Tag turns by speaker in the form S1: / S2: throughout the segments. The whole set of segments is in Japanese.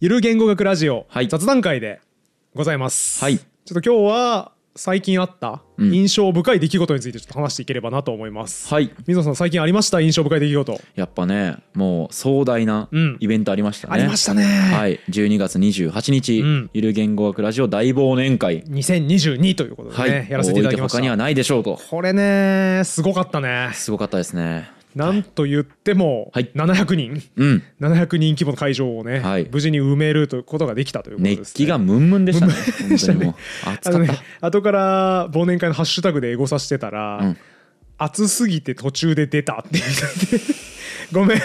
S1: ゆる言語学ラジオ、
S2: はい
S1: 雑談会でございます、
S2: はい
S1: ちょっと今日は最近あった
S2: うん
S1: 印象深い出来事についてちょっと話していければなと思います、
S2: はい
S1: 水野さん最近ありました印象深い出来事、
S2: やっぱねもう壮大な
S1: うん
S2: イベントありましたね、
S1: ありましたね、
S2: はい12月28日、
S1: うん
S2: ゆる言語学ラジオ大忘年会、
S1: 2022ということでね、
S2: はい
S1: やらせていただきまし
S2: 他には
S1: た
S2: ないでしょうと
S1: これねすごかったね
S2: すごかったですね
S1: なんと言っても
S2: はい
S1: 700人
S2: うん
S1: 700人規模の会場をね、
S2: はい
S1: 無事に埋めるということができたということです、ね、
S2: 熱気がムンムンでした
S1: ム
S2: ね
S1: ンムンで
S2: 本
S1: した
S2: 当に
S1: ね
S2: もう暑
S1: あ
S2: か
S1: の
S2: っ
S1: ね
S2: た、
S1: 後から忘年会のハッシュタグでエゴさしてたら、
S2: うん
S1: 暑すぎて途中で出たって言 っててごめん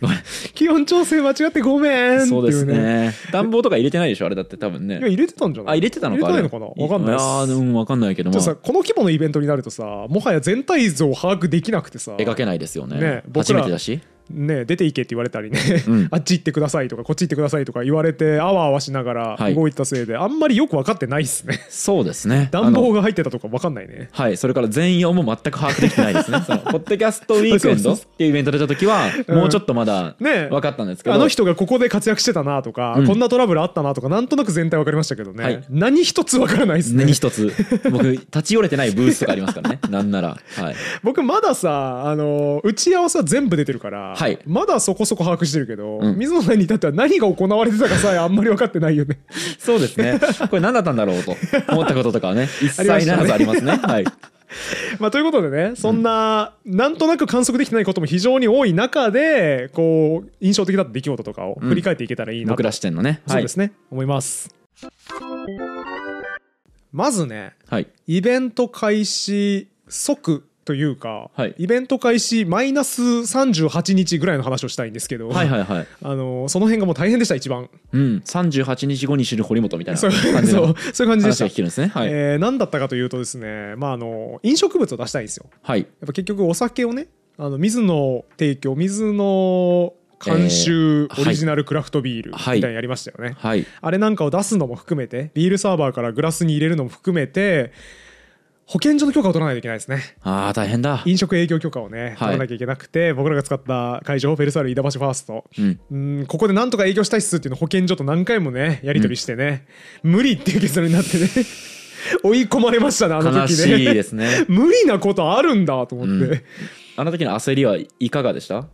S2: ごめん
S1: 気温調整間違ってごめんっていうね
S2: そうですね暖房とか入れてないでしょあれだって多分
S1: いや
S2: ね
S1: 入れてたんじゃない
S2: あ入れてたのか
S1: 入れてないのかなわかんないです
S2: あれやうんわかんないけど
S1: ちょ
S2: も
S1: っとさこの規模のイベントになるとさもはや全体像を把握できなくてさ
S2: 描けないですよね
S1: ね僕
S2: 初
S1: ら
S2: めてだし
S1: ね、出ていけって言われたりね、
S2: うん
S1: あっち行ってくださいとかこっち行ってくださいとか言われてあわあわしなが
S2: は
S1: ら
S2: い
S1: 動いたせいで、あんまりよく分かってないっすね
S2: そうですね
S1: 暖
S2: あの
S1: 房が入ってたとか分かんないね
S2: はい、それから全容も全く把握できてないです ね。そのポッドキャストウィークエンドっていうイベント出た時は、
S1: うん
S2: もうちょっとまだ
S1: ねえ
S2: 分かったんですけど、
S1: あの人がここで活躍してたなとか、
S2: うん
S1: こんなトラブルあったなとかなんとなく全体分かりましたけどね、
S2: はい
S1: 何一つ分からないですね
S2: 何一つ、僕、立ち寄れてないブースとかありますからね、 なんなら。はい、
S1: 僕まださあの打ち合わせは全部出てるから、
S2: はい
S1: まだそこそこ把握してるけど、
S2: うん
S1: 水野さんに至っては何が行われてたかさえあんまり分かってないよね
S2: そうですね、これ、何だったんだろうと思ったこととかはね、 一切
S1: ありました
S2: な
S1: ね
S2: らずありますね。 はい、
S1: まあということでねそんな、なんとなく観測できてないことも非常に多い中でこう印象的だった出来事とかを振り返っていけたらいいなと、
S2: 僕ら視点のね。
S1: そ
S2: は
S1: う
S2: い
S1: で、すね、思い ますまずね
S2: はい、
S1: イベント開始即というか、
S2: はい
S1: イベント開始マイナス38日ぐらいの話をしたいんですけど、
S2: はい、はい、はい。
S1: あのその辺がもう大変でした一番
S2: うん、38日後に知る堀本みたいな
S1: そう
S2: 感
S1: そう
S2: じ
S1: そ
S2: の
S1: ういう感じでし
S2: 話
S1: た、
S2: が聞けるんですね。はい、
S1: えー何だったかというとですね、まあ、あの飲食物を出したいんですよ
S2: はい、
S1: やっぱ結局お酒をねあの水野提供水野監修
S2: えー
S1: オリジナルクラフトビールみた
S2: はい
S1: いなのやりましたよね、
S2: はい。
S1: あれなんかを出すのも含めてビールサーバーからグラスに入れるのも含めて保健所の許可を取らないといけないですね
S2: ああ、大変だ。
S1: 飲食営業許可をね、取らなきゃいけなくて、僕らが使った会場、フェルサール飯田橋ファースト、
S2: うん、
S1: うん、ここでなんとか営業したいっすっていうのを保健所と何回もね、やり取りしてね、無理っていう結論になってね、 追い込まれましたね、あの
S2: 悲
S1: 時
S2: し
S1: ね。
S2: いですね。
S1: 無理なことあるんだと思って、
S2: あの時の焦りはいかがでした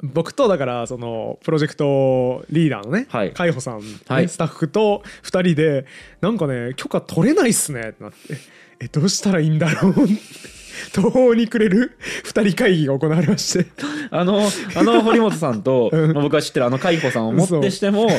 S1: 僕とだからそのプロジェクトリーダーのね、
S2: はい
S1: 海保さんね、
S2: はい
S1: スタッフと2人でなんかね許可取れないっすねってなってえどうしたらいいんだろう 途方に暮れる2人会議が行われまして
S2: あの、あの堀本さんと、
S1: うん
S2: まあ僕は知ってるあの海保さんをもってし ても、え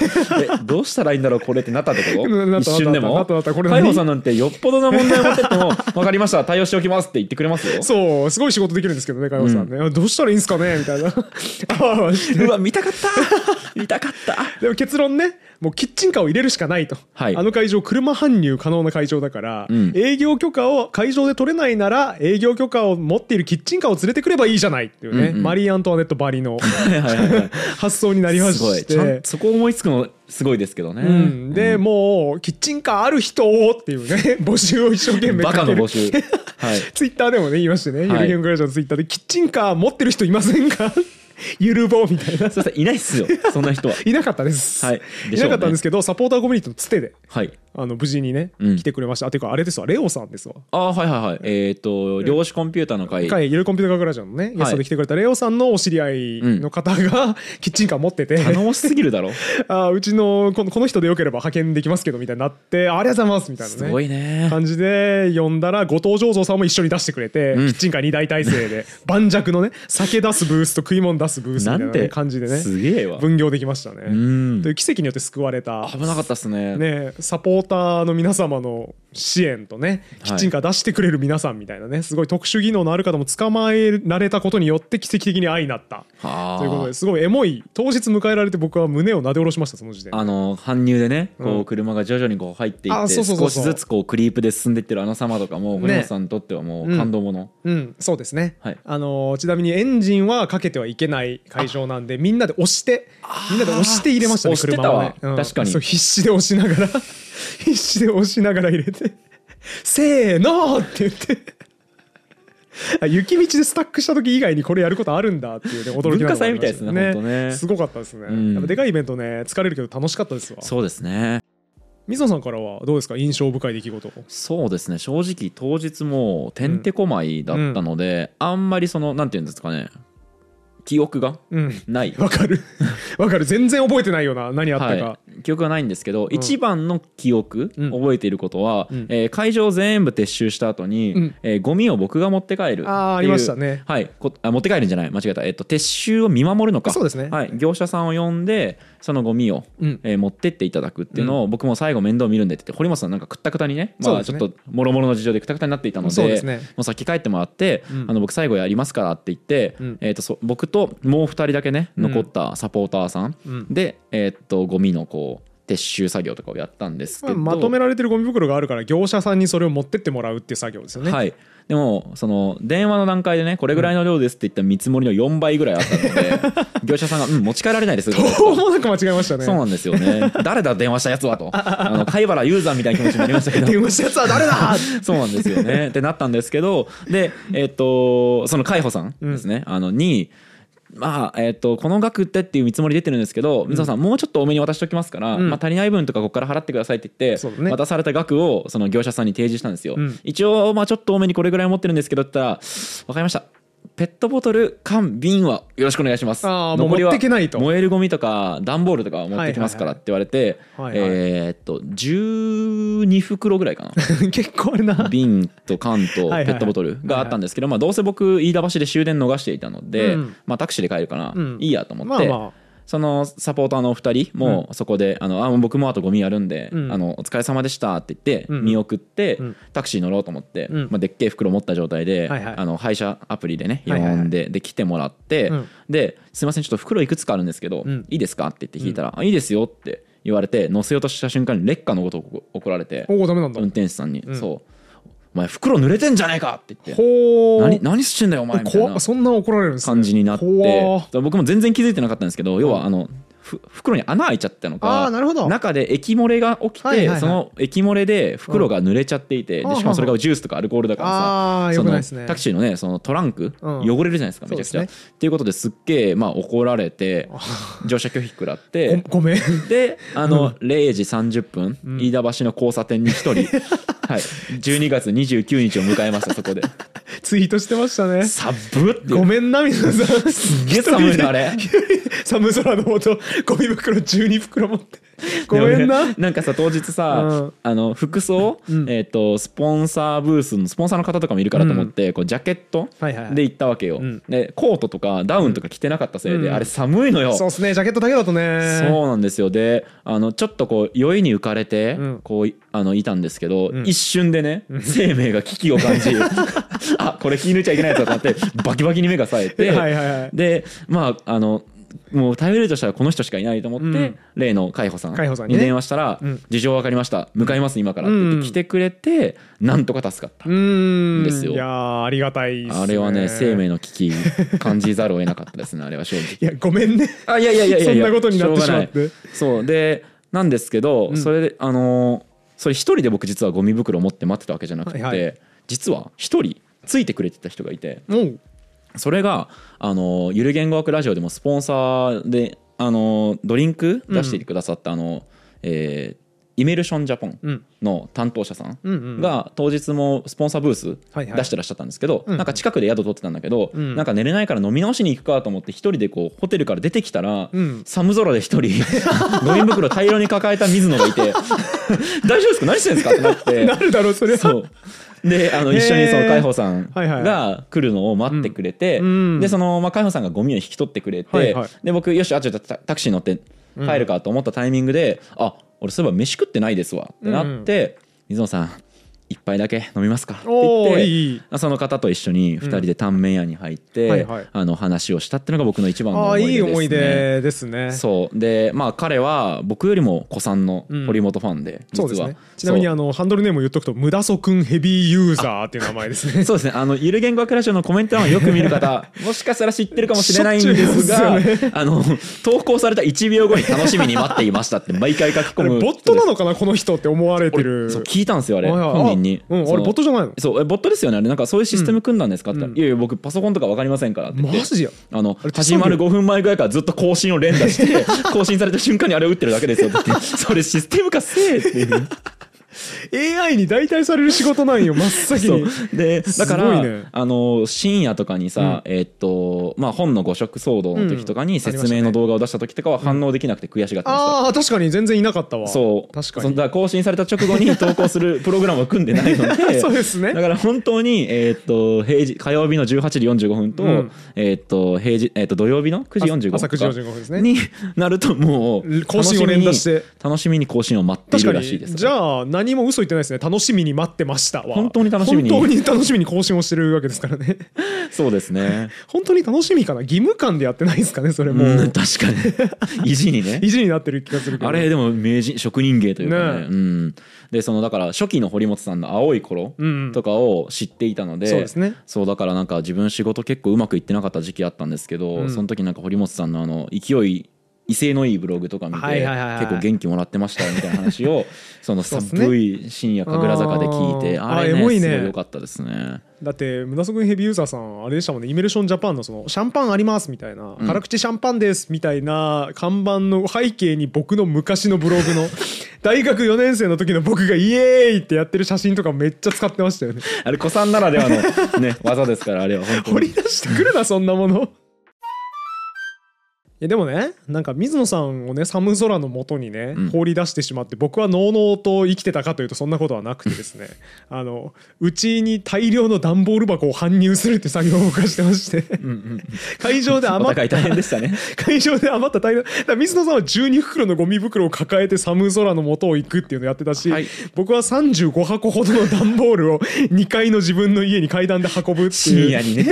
S2: どうしたらいいんだろう、これってなったってこ
S1: なな
S2: と
S1: った
S2: 一瞬で
S1: な
S2: も
S1: ったなったなったこれ。何
S2: 海保さんなんてよっぽどな問題を持ってっても、分かりました、対応しておきますって言ってくれます よ。
S1: そうすごい仕事できるんですけどね海保さんね、どうしたらいいんすかねみたいな あわあわして
S2: うわ、見たかった見たかった
S1: でも結論ねもうキッチンカーを入れるしかないと、
S2: はい
S1: あの会場車搬入可能な会場だから、
S2: うん
S1: 営業許可を会場で取れないなら営業許可を持っているキッチンカーを連れてくればいいじゃないっていうね、
S2: うんうん
S1: マリー・アントワネットばりの
S2: はいはいはい
S1: 発想になりまし
S2: すごい
S1: て
S2: ちゃん。そこ思いつくのすごいですけどね。
S1: うん、で、もうキッチンカーある人をっていうね募集を一生懸命
S2: バ
S1: か
S2: カ
S1: け
S2: の
S1: る
S2: 募集。はい。
S1: ツイッターでもね言いましてね、
S2: は
S1: ゆる
S2: い
S1: ゲングラジオのツイッターでキッチンカー持ってる人いませんか ゆるぼうみたいな
S2: すいません、いないっすよ、そんな人は。
S1: いなかったです、
S2: はいでしょうね
S1: いなかったんですけどサポーターコミュニティのつてで
S2: はい。
S1: あの無事にね、
S2: うん
S1: 来てくれました。あていうかあれですわ、レオさんですわ。
S2: ああ、はいはいはい。えっ、と、量子コンピューターの会。
S1: 一回ゆるコンピューター学ラジオのね、ゲストで来てくれたレオさんのお知り合いの方が、 キッチンカー持ってて、
S2: 頼もしすぎ るだろ。
S1: あうちのこのこの人でよければ派遣できますけどみたいになって、ありがとうございますみたいなね。
S2: すごいね。
S1: 感じで呼んだら後藤醸造さんも一緒に出してくれて、
S2: うん
S1: キッチンカー2大体制で盤石のね酒出すブースと食い物出すブースみたいな
S2: なん
S1: ね、
S2: て
S1: 感じでね
S2: すげえわ
S1: 分業できましたね。
S2: ん
S1: という奇跡によって救われた
S2: 危なかったっすね。
S1: ね、サポーターの皆様の支援とね
S2: い
S1: キッチンカー出してくれる皆さんみたいなねすごい特殊技能のある方も捕まえられたことによって奇跡的に愛になった
S2: はあ。
S1: ということですごいエモい当日迎えられて僕は胸をなで下ろしましたその時点で
S2: あの搬入でね
S1: う
S2: こ
S1: ん
S2: う車が徐々にこう入ってい
S1: あ
S2: っ
S1: そうそ
S2: て
S1: うそう
S2: 少
S1: そう
S2: しずつこうクリープで進んでいってるあの様とかも
S1: ね
S2: 堀本さんにとってはもう感動もの
S1: うんそうですね、
S2: はい
S1: あのーちなみにエンジンはかけてはいけない会場なんでみんなで押してみんなで押して入れましたね
S2: 押して
S1: 車
S2: た
S1: を
S2: わ
S1: ね、うん
S2: 確かに
S1: そう必死で押しながら 必死で押しながら入れて「せーの!」って言ってあ雪道でスタックした時以外にこれやることあるんだっていうね驚きな
S2: 文化
S1: のがあ
S2: 祭
S1: り
S2: み
S1: ま
S2: た
S1: し
S2: いで
S1: た
S2: すね本当ね
S1: すごかったですね、
S2: うん
S1: やっぱでかいイベントね疲れるけど楽しかったですわ
S2: そうですね
S1: 水野さんからはどうですか印象深い出来事
S2: そうですね正直当日もうてんてこまいだったので、あんまりそのなんていうんですかね記憶が
S1: うん
S2: ない
S1: わかるわかる全然覚えてないような何あったか、
S2: はい、記憶がないんですけど、一番の記憶、
S1: うん
S2: 覚えていることは、
S1: うん
S2: えー会場全部撤収した後に、
S1: うん
S2: えーゴミを僕が持って帰るっていう
S1: あーありましたね
S2: はい、こあ持って帰るんじゃない間違えた、えっと撤収を見守るのか
S1: そうですね
S2: はい、業者さんを呼んでそのゴミを、
S1: うん
S2: えー持ってっていただくっていうのを、僕も最後面倒見るんでって言って堀本さんなんかくったくたにね,、
S1: そ
S2: ま
S1: うで
S2: あ、
S1: す
S2: ち
S1: ね
S2: ょっともろもろの事情でくたくたになっていたので
S1: そうですね
S2: もう先帰ってもらって、
S1: うん
S2: あの僕最後やりますからって言って、
S1: うん
S2: えー、とそ僕ともう2人だけね
S1: うん
S2: 残ったサポーターさん、
S1: うん
S2: で、えーっとゴミのこう撤収作業とかをやったんですけ
S1: まあ
S2: ど、
S1: まとめられてるゴミ袋があるから業者さんにそれを持ってってもらうっていう作業ですよね、
S2: はい、でもその電話の段階でねこれぐらいの量ですって言った見積もりの4倍ぐらいあったの で業者さんが、うん、持ち帰られないです
S1: どうもなく間違えましたね
S2: そうなんですよね誰だ電話したやつはとあの貝原雄山みたいな気持ちになりましたけど
S1: 電話したやつは誰だ
S2: そうなんですよね。ってなったんですけど、で、えっ、と、その海保さんですね、あの、に、まあ、えっ、と、この額ってっていう見積もり出てるんですけど、水野さん、もうちょっと多めに渡しておきますから、
S1: うん
S2: まあ、足りない分とかここから払ってくださいって言って
S1: そう、だね
S2: 渡された額を、その業者さんに提示したんですよ。
S1: うん
S2: 一応、まあ、ちょっと多めにこれぐらい持ってるんですけどって言ったら、わかりました。ペットボトル、缶、瓶はよろしくお願いします。
S1: あーもう
S2: 残りは
S1: 持ってけないと
S2: 燃えるゴミとか、段ボールとかは持ってきますからって言われて、
S1: はいはいはい
S2: えーっと、12袋ぐらいかな。
S1: 結構あるな
S2: 瓶と缶と
S1: はいはい
S2: ペットボトルがあったんですけど、まあ、どうせ僕飯田橋で終電逃していたので、
S1: うん
S2: まあ、タクシーで帰るから
S1: うん
S2: いいやと思
S1: ま
S2: っ
S1: あ
S2: て、
S1: ま
S2: そのサポーターのお二人もそこで「あのあ僕もあとゴミやるんで、
S1: うん
S2: あのお疲れ様でした」って言って
S1: うん
S2: 見送って、
S1: うん
S2: タクシー乗ろうと思って、
S1: うん
S2: まあ、でっけえ袋持った状態で、
S1: はいはい
S2: あの配車アプリでね呼
S1: はいはいはい
S2: んで、で来てもらって、
S1: うん
S2: で「すいませんちょっと袋いくつかあるんですけど、
S1: うん
S2: いいですか?」って言って聞いたら「あいいですよ」って言われて乗せようとした瞬間に劣化のことを怒られて
S1: あ。おおダメなんだ、
S2: 運転手さんに、
S1: ん
S2: そう「お前袋濡れてんじゃねえか!」って言って「
S1: ほ
S2: 何
S1: ー
S2: 何してんだよお前」みたい
S1: 怖
S2: な
S1: っそんな怒られるんですね
S2: 感じになって
S1: 怖っ
S2: 僕も全然気づいてなかったんですけど要はあのふ袋に穴開いちゃったの
S1: あー
S2: か
S1: なるほど
S2: 中で液漏れが起き
S1: はいはいは
S2: て
S1: い
S2: その液漏れで袋が濡れちゃっていて
S1: うん
S2: でしかもそれがジュースとかアルコールだから
S1: あー
S2: さ
S1: よ
S2: そ
S1: くない
S2: の
S1: ですね
S2: タクシーのねそのトランク
S1: うん
S2: 汚れるじゃないですかめちゃくちゃ。
S1: そう
S2: っ
S1: で
S2: ていうことですっげえまあ怒ら れて乗車拒否食らって
S1: ごごめん
S2: であの0時30分、飯田橋の交差点に一人 はい12月29日を迎えましたそこで
S1: ツイートしてましたね
S2: サブって
S1: ごめんな水野さんす
S2: げえ寒いのあれ
S1: 寒空のもとゴミ袋12袋持ってごめんな
S2: でもねなんかさ当日
S1: うん
S2: さあの服装、えっとスポンサーブースのスポンサーの方とかもいるからと思って、こうジャケット
S1: はいはいはい
S2: で行ったわけよ、
S1: ん
S2: でコートとかダウンとか着てなかったせいで、
S1: うん
S2: あれ寒いのよ
S1: そうっすねジャケットだけだとね
S2: そうなんですよであのちょっとこう酔いに浮かれて、
S1: うん
S2: こういあのいたんですけど、一瞬でね生命が危機を感じ あこれ気抜いちゃいけないやつだと思ってバキバキに目が冴えて、
S1: はいはいはい
S2: でまああのもう頼れるとしたらこの人しかいないと思って、
S1: うん
S2: 例の海保さ
S1: 海保さん
S2: ん
S1: に
S2: に
S1: ね
S2: 電話したら「
S1: うん
S2: 事情分かりました向かいます今から」って言
S1: う
S2: っ
S1: ん
S2: て来てくれて、なんとか助かった
S1: う。ーん
S2: ですよ
S1: いやーありがたいっす
S2: あれはね生命の危機感じざるを得なかったですねあれは正直
S1: いやごめんね
S2: あいやいやいやいやいや
S1: そんなことになってしまって
S2: ょうがないそうでなんですけど、それであのーそれ一人で僕実はゴミ袋を持って待ってたわけじゃなくて、
S1: はいは
S2: 実は一人ついてくれてた人がいて
S1: もう
S2: それがあのーゆる言語学ラジオでもスポンサーであのードリンク出してくださった、あのえーイメルションジャポン
S1: うん
S2: の担当者さん
S1: うんうん
S2: が当日もスポンサーブース
S1: はいはい
S2: 出してらっしゃったんですけど、
S1: うん
S2: なんか近くで宿取ってたんだけど、
S1: うん
S2: なんか寝れないから飲み直しに行くかと思って一人でこうホテルから出てきたら、
S1: うん
S2: 寒空 で一人ゴミ袋大量に抱えた水野がいて大丈夫ですか何してんですかってな って
S1: なるだろうそれは
S2: そう であの一緒にその
S1: へー
S2: 海保さん
S1: はいはい
S2: が来るのを待ってくれて、
S1: うんうん
S2: でその、まあ、海保さんがゴミを引き取ってくれて、
S1: はいはい
S2: で僕よしあちょっとタタクシー乗って帰るかと思ったタイミングで、あ俺そういえば飯食ってないですわってなって、水野さん一杯だけ飲みますかって言っ
S1: おー
S2: て
S1: いいいい
S2: その方と一緒に2人でタンメン屋に入って、
S1: うんはいはい
S2: あの話をしたっていうのが僕の一番の
S1: あ
S2: 思
S1: あ
S2: い出
S1: い
S2: です、ね、
S1: い思い出ですね
S2: そうでまあ彼は僕よりも古参の堀本ファンで、実
S1: そ
S2: は
S1: うですねちなみに
S2: そう
S1: あのハンドルネームを言っとくと「無駄祖くんヘビーユーザー」っていう名前ですね
S2: そうですね。あの、ゆる言語学ラジオのコメント欄をよく見 る方、もしかしたら知ってるかもしれないんです
S1: しょ
S2: が、
S1: っちゅうで
S2: あの、投稿された1秒後に楽しみに待っていましたって毎回書き
S1: あ
S2: 込
S1: れ
S2: む人です。
S1: ボットなのかなこの人って思われてる
S2: そう聞いたんですよ、あれ。
S1: はいはい
S2: 本人人に
S1: うん、あ
S2: そ
S1: れ
S2: の
S1: ボットじゃないの
S2: そうえボットですよねあれなんかそういうシステム組んだんですかって言っ
S1: う
S2: たら、
S1: ん
S2: いやいや僕パソコンとか分かりませんからって言
S1: マ
S2: って
S1: ジや
S2: あの
S1: あれ手作
S2: 始
S1: 業
S2: まる5分前ぐらいからずっと更新を連打して更新された瞬間にあれを打ってるだけですよって言 ってそれシステム化せえっていう
S1: AI に代替される仕事なんよ真っ先
S2: そう
S1: に
S2: でだか
S1: すご
S2: ら、
S1: いね
S2: あの深夜とかにさ、えっとまあ、本の誤植騒動の時とか
S1: うん
S2: に説明の動画を出した時とかは反応できなくて悔しがってました、
S1: ああ確かに全然いなかったわ
S2: そう
S1: 確か
S2: その
S1: に
S2: だら更新された直後に投稿するプログラムを組んでないの で
S1: そうですね
S2: だから本当に、えーっと平日火曜日の18時45分と,、
S1: うん
S2: えーっと平日えーっと土曜日の9時45分
S1: 朝9時45分ですね
S2: になるともう
S1: 更新を連打して
S2: 楽みに楽しみに更新を待ってい
S1: 確
S2: る
S1: からに
S2: しいです
S1: じゃあ何も嘘言ってないですね楽しみに待ってましたは
S2: 本当に楽しみに
S1: 本当に楽しみに更新をしてるわけですからね
S2: そうですね
S1: 本当に楽しみかな義務感でやってないですかねそれも
S2: もう
S1: う
S2: 確か に意地にね
S1: 意地になってる気がするけど
S2: あれでも名人職人芸というかね
S1: ね
S2: うん、でそのだから初期の堀本さんの「青い頃
S1: うん」
S2: とかを知っていたので,、
S1: そうですね
S2: そうだからなんか自分仕事結構うまくいってなかった時期あったんですけど、
S1: うん
S2: その時なんか堀本さんのあの勢い威勢のいいブログとか見て
S1: はいはいはいはい
S2: 結構元気もらってましたよみたいな話 をその
S1: そうっすね
S2: 寒い深夜神楽坂で聞いて
S1: あー
S2: あれ
S1: あエモい
S2: ね
S1: ね
S2: すごい良かったですね。
S1: だってムナソ君ヘビーユーザーさんあれでしたもんねイメルションジャパンのそのシャンパンありますみたいな、辛口シャンパンですみたいな看板の背景に僕の昔のブログ の大学4年生の時の僕がイエーイってやってる写真とかめっちゃ使ってましたよね
S2: あれ子さんならではの、 ね、技ですからあれは本当
S1: 掘
S2: に
S1: り出してくるなそんなものい やでもねなんか水野さんをね寒空のもとにね、
S2: うん
S1: 放り出してしまって僕はのうのうと生きてたかというとそんなことはなくてです ねあのうちに大量の段ボール箱を搬入するって作業を僕はしてまして
S2: うんうん
S1: 会場で
S2: お
S1: 余
S2: 互
S1: っ
S2: い大
S1: た
S2: 変でしたね。
S1: 会場で余った大量だから水野さんは12袋のゴミ袋を抱えて寒空のもとを行くっていうのをやってたし、
S2: はい
S1: 僕は35箱ほどの段ボールを2階の自分の家に階段で運ぶって
S2: 深
S1: い
S2: 夜
S1: う
S2: にね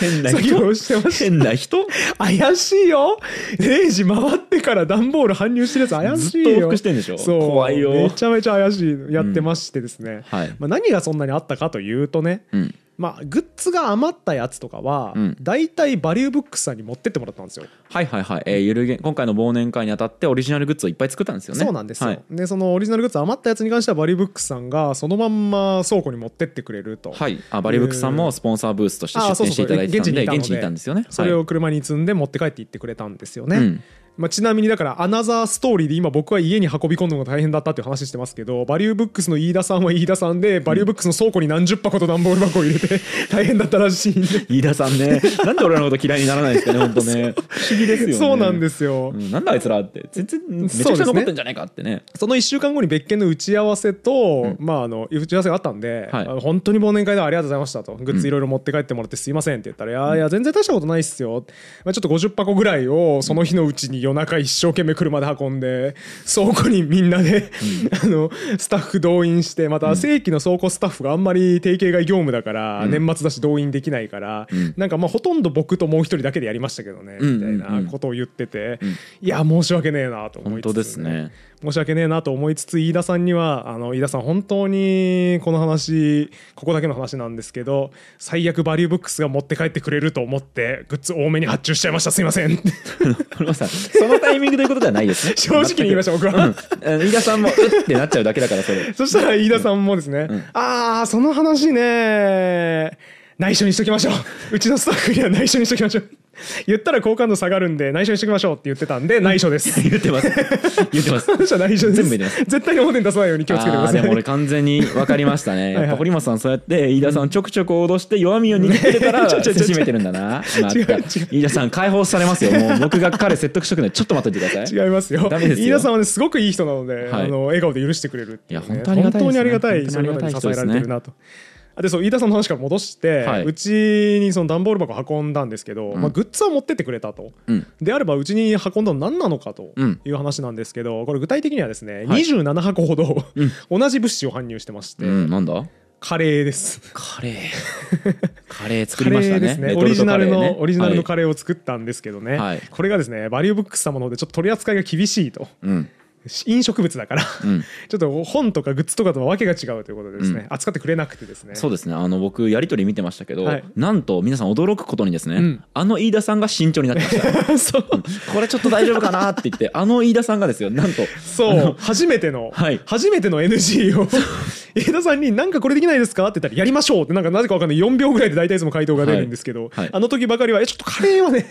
S2: 変な
S1: 作業
S2: 人
S1: をしてまし
S2: 変な人
S1: た怪しいよ0時回ってから段ボール搬入してるやつ怪
S2: ず
S1: し
S2: っ
S1: い
S2: と往
S1: よ
S2: 復してんでしょ
S1: そう
S2: 怖いよ
S1: めちゃめちゃ怪しいやってましてですね、
S2: はい
S1: まあ、何がそんなにあったかというとね、
S2: うん
S1: まあ、グッズが余ったやつとかは、
S2: うん
S1: 大体バリューブックスさんに持ってってもらったんですよ。
S2: はいはいはい、えーゆるげん今回の忘年会にあたってオリジナルグッズをいっぱい作ったんですよね
S1: そうなんですよ、
S2: はい、
S1: でそのオリジナルグッズ余ったやつに関してはバリューブックスさんがそのまんま倉庫に持ってってくれると、
S2: はいあバリブックさんもスポンサーブースとして
S1: あ
S2: 出
S1: そうそう
S2: 展していただいてたんで
S1: 現地にいたので
S2: 現地にいたんですよね
S1: それ
S2: は
S1: を車に積んで持って帰って行ってくれたんですよね、
S2: いうん
S1: まあ、ちなみにだからアナザーストーリーで今僕は家に運び込んだのが大変だったっていう話してますけどバリューブックスの飯田さんは飯田さんでバリューブックスの倉庫に何十箱と段ボール箱を入れて 大変だったらしいんで
S2: 飯田さ んねなんで俺のこと嫌いにならないんですかね本当ね不思議ですよね、
S1: そうなんですすよ、
S2: うんなんだあいつらって全然めちゃくちゃ残ってんじゃないかってね
S1: その1週間後に別件の打ち合わせと、まあ、あの打ち合わせがあったんで、
S2: は
S1: あ
S2: い
S1: の本当に忘年会ではありがとうございましたとグッズいろいろ持って帰ってもらってすいませんって言ったら「いやいや全然大したことないっすよ」まあ、ちょっと50箱ぐらいをその日のうちに夜中一生懸命車で運んで倉庫にみんなで、 あのスタッフ動員してまた正規の倉庫スタッフがあんまり定型外業務だから、年末だし動員できないから、なんかまあほとんど僕ともう一人だけでやりましたけどね、
S2: うん
S1: みた
S2: うん
S1: いうなんことを言ってて、いや申し訳ねえなと思いつつ、
S2: 本当ですね
S1: 申し訳ねえなと思いつつ飯田さんにはあの飯田さん本当にこの話ここだけの話なんですけど最悪バリューブックスが持って帰ってくれると思ってグッズ多めに発注しちゃいましたすいませ ん
S2: これはさそのタイミングということではないですね
S1: 正直に言いました僕は、
S2: うん飯田さんもうってなっちゃうだけだから それ
S1: そしたら飯田さんもですね、ああその話ね内緒にしときましょううちのスタッフには内緒にしときましょう言ったら好感度下がるんで内緒にしときましょうって言ってたんで内緒 です
S2: 言ってます言ってます
S1: 話は内緒です
S2: 全部入れます
S1: 絶対に表に出さないように気をつけてくださ
S2: あー
S1: い
S2: でも俺完全に分かりました ね
S1: はい
S2: やっぱ堀本さんそうやって飯田さんちょくちょく脅して弱みを握ってるか ら
S1: ちょちょちょちょ
S2: せしめてるんだ なまた
S1: 違う違う
S2: 飯田さん解放されますよもう僕が彼説得しとくのでちょっと待っといてくだ さい
S1: 違いますよ
S2: ダメですよ
S1: 飯田さんはねすごくいい人なので、
S2: はい
S1: あの笑顔で許してくれるってうね
S2: いや本当ありがたいで
S1: 本当
S2: すね
S1: にありがたい
S2: 本
S1: そ
S2: 当
S1: の
S2: にあり
S1: 方
S2: がたい
S1: に支えられてるなと。あでそう飯田さんの話から戻して、
S2: はいう
S1: ちにその段ボール箱運んだんですけど、まあ、グッズは持ってってくれたと、
S2: うん
S1: であればうちに運んだの何なのかと
S2: うん
S1: いう話なんですけどこれ具体的にはですね、
S2: はい
S1: 27箱ほど、同じ物資を搬入してまして、
S2: うんなんだ
S1: カレーです。
S2: カレー カレー作
S1: カレ
S2: りました
S1: ーで
S2: ね
S1: すね
S2: レ
S1: オ
S2: ト
S1: リ
S2: ル
S1: ジ
S2: ト
S1: ナ
S2: カレ
S1: ル
S2: ーね
S1: の、オリジナルの
S2: はい
S1: カレーを作ったんですけどね、
S2: はい
S1: これがですねバリューブックス様の方でちょっと取り扱いが厳しいと。
S2: うん
S1: 飲食物だから、
S2: ん
S1: ちょっと本とかグッズとかとは訳が違うということでですね、扱ってくれなくてですね
S2: そうですねあの僕やり取り見てましたけど、
S1: はい
S2: なんと皆さん驚くことにですね、
S1: ん
S2: あの飯田さんが慎重になってまし た
S1: そう
S2: これちょっと大丈夫かなって言ってあの飯田さんがですよなんと
S1: そう初めての、
S2: はい
S1: 初めての NG を江田さんに「なんかこれできないですか?」って言ったら「やりましょう」ってなんかなぜかわかんない4秒ぐらいで大体いつも回答が出るんですけど、
S2: はいはい
S1: あの時ばかりは「えちょっとカレーは ね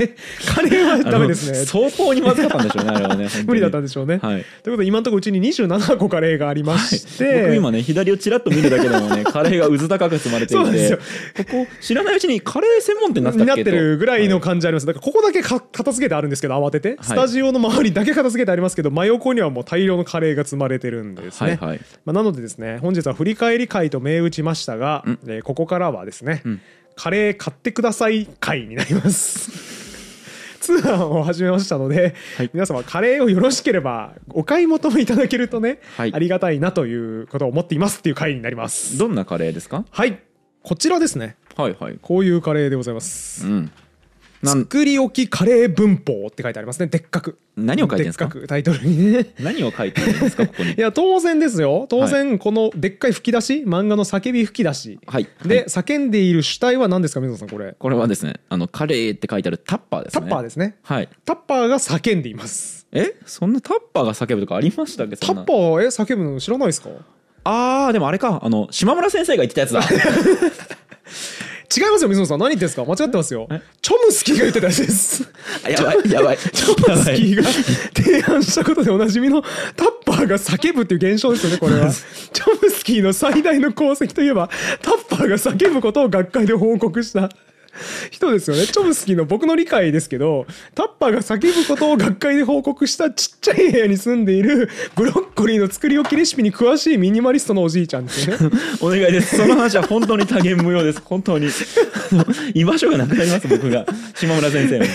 S1: カレーはダメですね」
S2: 相当にまずかったんでしょうねあれ はね
S1: 無理だったん
S2: で
S1: でしょうね。
S2: はい
S1: ということで今のところうちに27個カレーがありまして、
S2: 僕今ね左をちらっと見るだけでも ねカレーがうず高く積まれてい
S1: そうで
S2: て
S1: すよ
S2: ここ知らないうちにカレー専門店になってた
S1: に
S2: っ
S1: なっ
S2: け
S1: て
S2: と
S1: るぐらいの感じあります、だからここだけか片付けてあるんですけど慌てて、スタジオの周りだけ片付けてありますけど真横にはもう大量のカレーが積まれてるんですね、
S2: はいはい
S1: まあ、なのでですね本日は振り返り会と銘打ちましたが、えーここからはですね、カレー買ってください会になります。 ツアーを始めましたので、
S2: はい
S1: 皆様カレーをよろしければお買い求めいただけるとね、
S2: はい
S1: ありがたいなということを思っていますっていう会になります。
S2: どんなカレーですか
S1: はいこちらですね
S2: はいはい
S1: こういうカレーでございます。
S2: うんなん
S1: 作り置きカレー文法って書いてありますねでっかく
S2: 何を書いてんすか
S1: でっかくタイトルにね
S2: 何を書いてるんですかここ
S1: い
S2: に
S1: や当然ですよ当然このでっかい吹き出し漫画の叫び吹き出し、
S2: はい
S1: で叫んでいる主体は何ですか水野さんこれ
S2: これはですねあのカレーって書いてあるタッパーです
S1: タ
S2: ね
S1: ッパーですね
S2: はい
S1: タッパーが叫んでいます
S2: えそんなタッパーが叫ぶとかありましたっけ
S1: タ
S2: そん
S1: ッ
S2: な
S1: パーえ叫ぶの知らないですか違い
S2: あーでもあれかあの島村先生が言ってたや つだ
S1: ますよ水野さん何言ってんですか間違ってますよ
S2: え
S1: チョムスキーが言ってたやつです
S2: あやばいやばい
S1: チョムスキーが提案したことでおなじみのタッパーが叫ぶっていう現象ですよねこれ はチョムスキーの最大の功績といえばタッパーが叫ぶことを学会で報告した人ですよねチョムスキーの僕の理解ですけどタッパーが叫ぶことを学会で報告したちっちゃい部屋に住んでいるブロッコリーの作り置きレシピに詳しいミニマリストのおじいちゃんですよね
S2: お願いですその話は本当に多言無用です本当にあの居場所がなくなります僕が島村先 生の